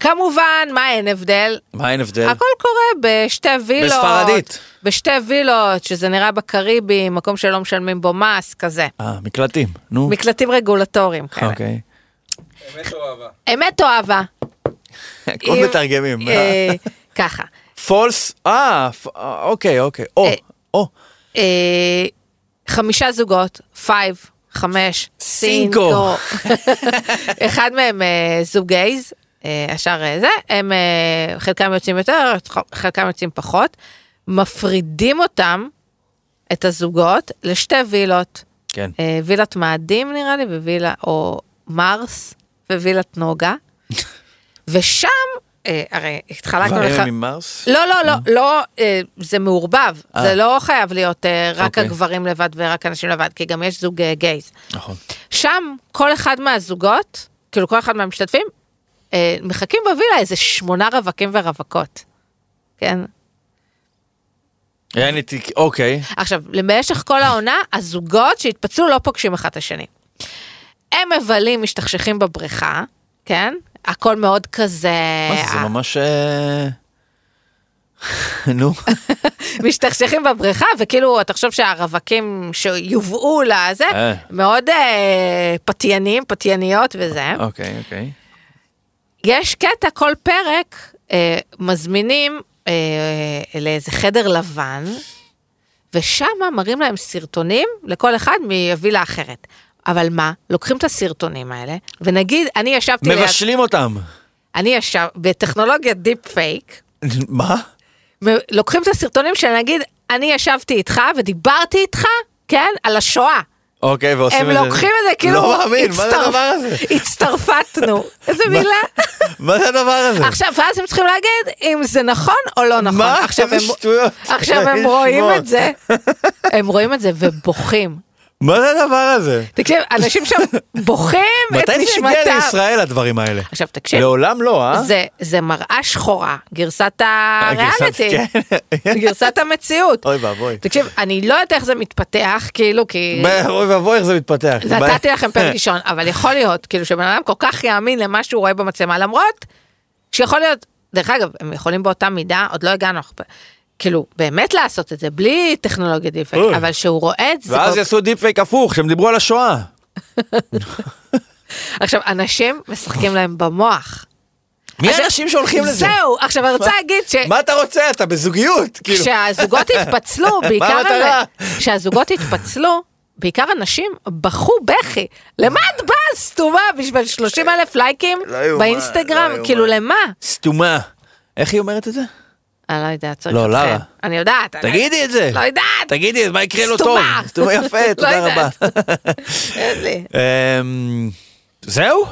S2: כמובן, מה אין הבדל?
S1: מה אין הבדל?
S2: הכל קורה בשתי וילות.
S1: כן. בספרדית.
S2: בשתי וילות, שזה נראה בקריבי, מקום שלא משלמים בו מס, כזה.
S1: אה, מקלטים, נו.
S2: מקלטים רגולטוריים כאלה.
S1: אוקיי.
S2: אמת או אהבה?
S1: הכל
S2: אם-
S1: מתרגמים.
S2: אה, ככה.
S1: פולס, אה, פ- אה, אוקיי, אוקיי. או,
S2: אה.
S1: או.
S2: אה, חמישה זוגות, פייב, חמש,
S1: סינקו.
S2: סינקו. אחד מהם אה, זוג גייז, אה, השאר אה, זה, הם אה, חלקם יוצאים יותר, חלקם יוצאים פחות, מפרידים אותם, את הזוגות, לשתי וילות,
S1: כן.
S2: אה, וילת מאדים נראה לי, ווילה, או מרס, ווילת נוגה, ושם, אה, הרי התחלקנו
S1: כבר
S2: לך...
S1: עם מרס?
S2: לא, לא, לא, לא, אה, זה מעורבב,
S1: אה.
S2: זה לא חייב להיות אה, רק
S1: אוקיי.
S2: הגברים לבד ורק הנשים לבד, כי גם יש זוג אה, גייז.
S1: נכון.
S2: שם כל אחד מהזוגות, כאילו כל אחד מהמשתתפים, אה, מחכים בווילה איזה שמונה רווקים ורווקות. כן?
S1: אין לי תיק, אוקיי.
S2: עכשיו, למשך כל העונה, הזוגות שהתפצלו לא פוגשים אחד את השני. הם מבלים, משתכשכים בבריכה, כן? הכל מאוד כזה...
S1: מה זה, זה ממש... אה, נו,
S2: משתכשכים בבריכה, וכאילו, אתה חושב שהרווקים שיובאו לזה,
S1: אה.
S2: מאוד אה, פתיינים, פתייניות וזה.
S1: אוקיי, אוקיי.
S2: יש קטע, כל פרק אה, מזמינים אה, לאיזה חדר לבן, ושם מראים להם סרטונים לכל אחד מהווילה אחרת. אבל מה, לוקחים את הסרטונים האלה, ונגיד, אני ישבתי ליד,
S1: מבשלים אותם.
S2: אני ישב, בטכנולוגיית דיפ פייק,
S1: מה?
S2: מ- לוקחים את הסרטונים שנגיד, אני ישבתי איתך ודיברתי איתך, כן, על השואה.
S1: אוקיי, ועושים את זה.
S2: הם לוקחים את זה כאילו,
S1: לא מאמין, מה זה
S2: הצטרפ-
S1: הדבר הזה?
S2: הצטרפתנו, איזה מילה.
S1: מה זה הדבר הזה?
S2: עכשיו, ואז הם צריכים להגיד אם זה נכון או לא נכון.
S1: מה?
S2: עכשיו
S1: איזה
S2: הם-
S1: שטויות.
S2: עכשיו הם
S1: איזה
S2: רואים
S1: שמועות.
S2: את זה, הם רואים את זה ובוכים.
S1: מה זה הדבר הזה?
S2: תקשיב, אנשים שם בוכים את
S1: מתי זה הגיע
S2: נשמתם.
S1: לישראל הדברים האלה?
S2: עכשיו תקשיב,
S1: לעולם לא, אה?
S2: זה- זה מראה שחורה, גרסת
S1: הגרסה-
S2: הריאליטי,
S1: כאילו, כן.
S2: גרסת המציאות.
S1: אוי ואבוי.
S2: תקשיב, אני לא יודעת איך זה מתפתח, כאילו, כי...
S1: ב- אוי ואבוי איך זה מתפתח.
S2: נתתי לכם פרק ראשון, אבל יכול להיות, כאילו שבן אדם כל כך יאמין למה שהוא רואה במצלמה, למרות שיכול להיות, דרך אגב, הם יכולים באותה מידה, עוד לא הגענו, אנחנו- כאילו, באמת לעשות את זה, בלי טכנולוגיה דיפקט,
S1: אוי.
S2: אבל שהוא רואה את זה,
S1: ואז
S2: כל-
S1: יעשו דיפ פייק הפוך, שהם דיברו על השואה.
S2: עכשיו, אנשים משחקים להם במוח.
S1: מי
S2: עכשיו-
S1: האנשים שהולכים לזה?
S2: זהו, אה, עכשיו אני רוצה להגיד ש...
S1: מה אתה רוצה? אתה בזוגיות, כאילו.
S2: כשהזוגות התפצלו, בעיקר...
S1: המטרה?
S2: אנ- כשהזוגות התפצלו, בעיקר אנשים בכו בכי. למה את באה סתומה בשביל 30 אלף לייקים
S1: לא יאומן,
S2: באינסטגרם?
S1: לא יאומן.
S2: כאילו, למה?
S1: סתומה. איך היא אומרת את זה?
S2: אני לא יודעת, צריך
S1: לא,
S2: אתכם.
S1: לארה.
S2: אני יודעת. אני-
S1: תגידי את זה.
S2: לא יודעת.
S1: תגידי, מה יקרה לו טוב?
S2: סתומה.
S1: סתומה יפה,
S2: לא
S1: תודה רבה.
S2: יודעת. אין לי.
S1: אמ, זהו?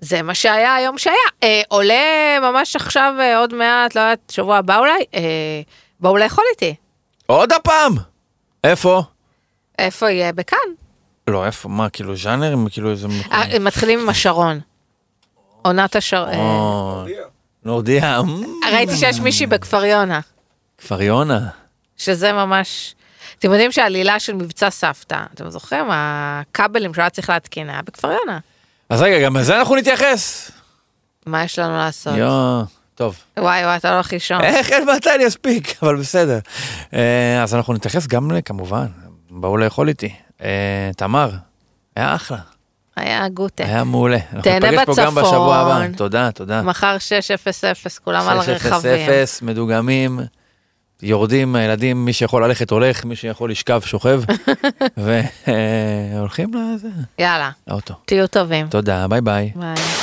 S2: זה מה שהיה היום שהיה. אה, עולה ממש עכשיו, אה, עוד מעט, לא יודעת, שבוע הבא אולי, אה, בואו לאכול איתי.
S1: עוד הפעם! איפה?
S2: איפה יהיה? בכאן.
S1: לא, איפה? מה, כאילו ז'אנרים? כאילו איזה... מקום?
S2: אה, הם מתחילים עם השרון. עונת השרון. אה,
S1: או, נורדיה. אמ,
S2: ראיתי שיש מישהי בכפר יונה,
S1: כפר יונה.
S2: שזה ממש... אתם יודעים שהעלילה של מבצע סבתא, אתם זוכרים? הכבלים שהוא היה צריך להתקין היה בכפר יונה.
S1: אז רגע, גם לזה אנחנו נתייחס.
S2: מה יש לנו לעשות?
S1: יואו, אה? טוב.
S2: וואי וואי, אתה לא הולך לישון.
S1: איך, אין מתי אני אספיק, אבל בסדר. אה, אז אנחנו נתייחס גם, ל- כמובן, באו לאכול איתי. אה, תמר, היה אחלה,
S2: היה גוטה.
S1: היה מעולה. אנחנו
S2: תהנה
S1: ניפגש פה גם
S2: בצפון.
S1: בשבוע הבא. תודה, תודה.
S2: מחר 6:00, כולם על
S1: 6:00,
S2: רכבים.
S1: מדוגמים, יורדים הילדים, מי שיכול ללכת הולך, מי שיכול לשכב שוכב, והולכים לזה,
S2: יאללה,
S1: לאוטו.
S2: תהיו טובים.
S1: תודה, ביי ביי.
S2: ביי.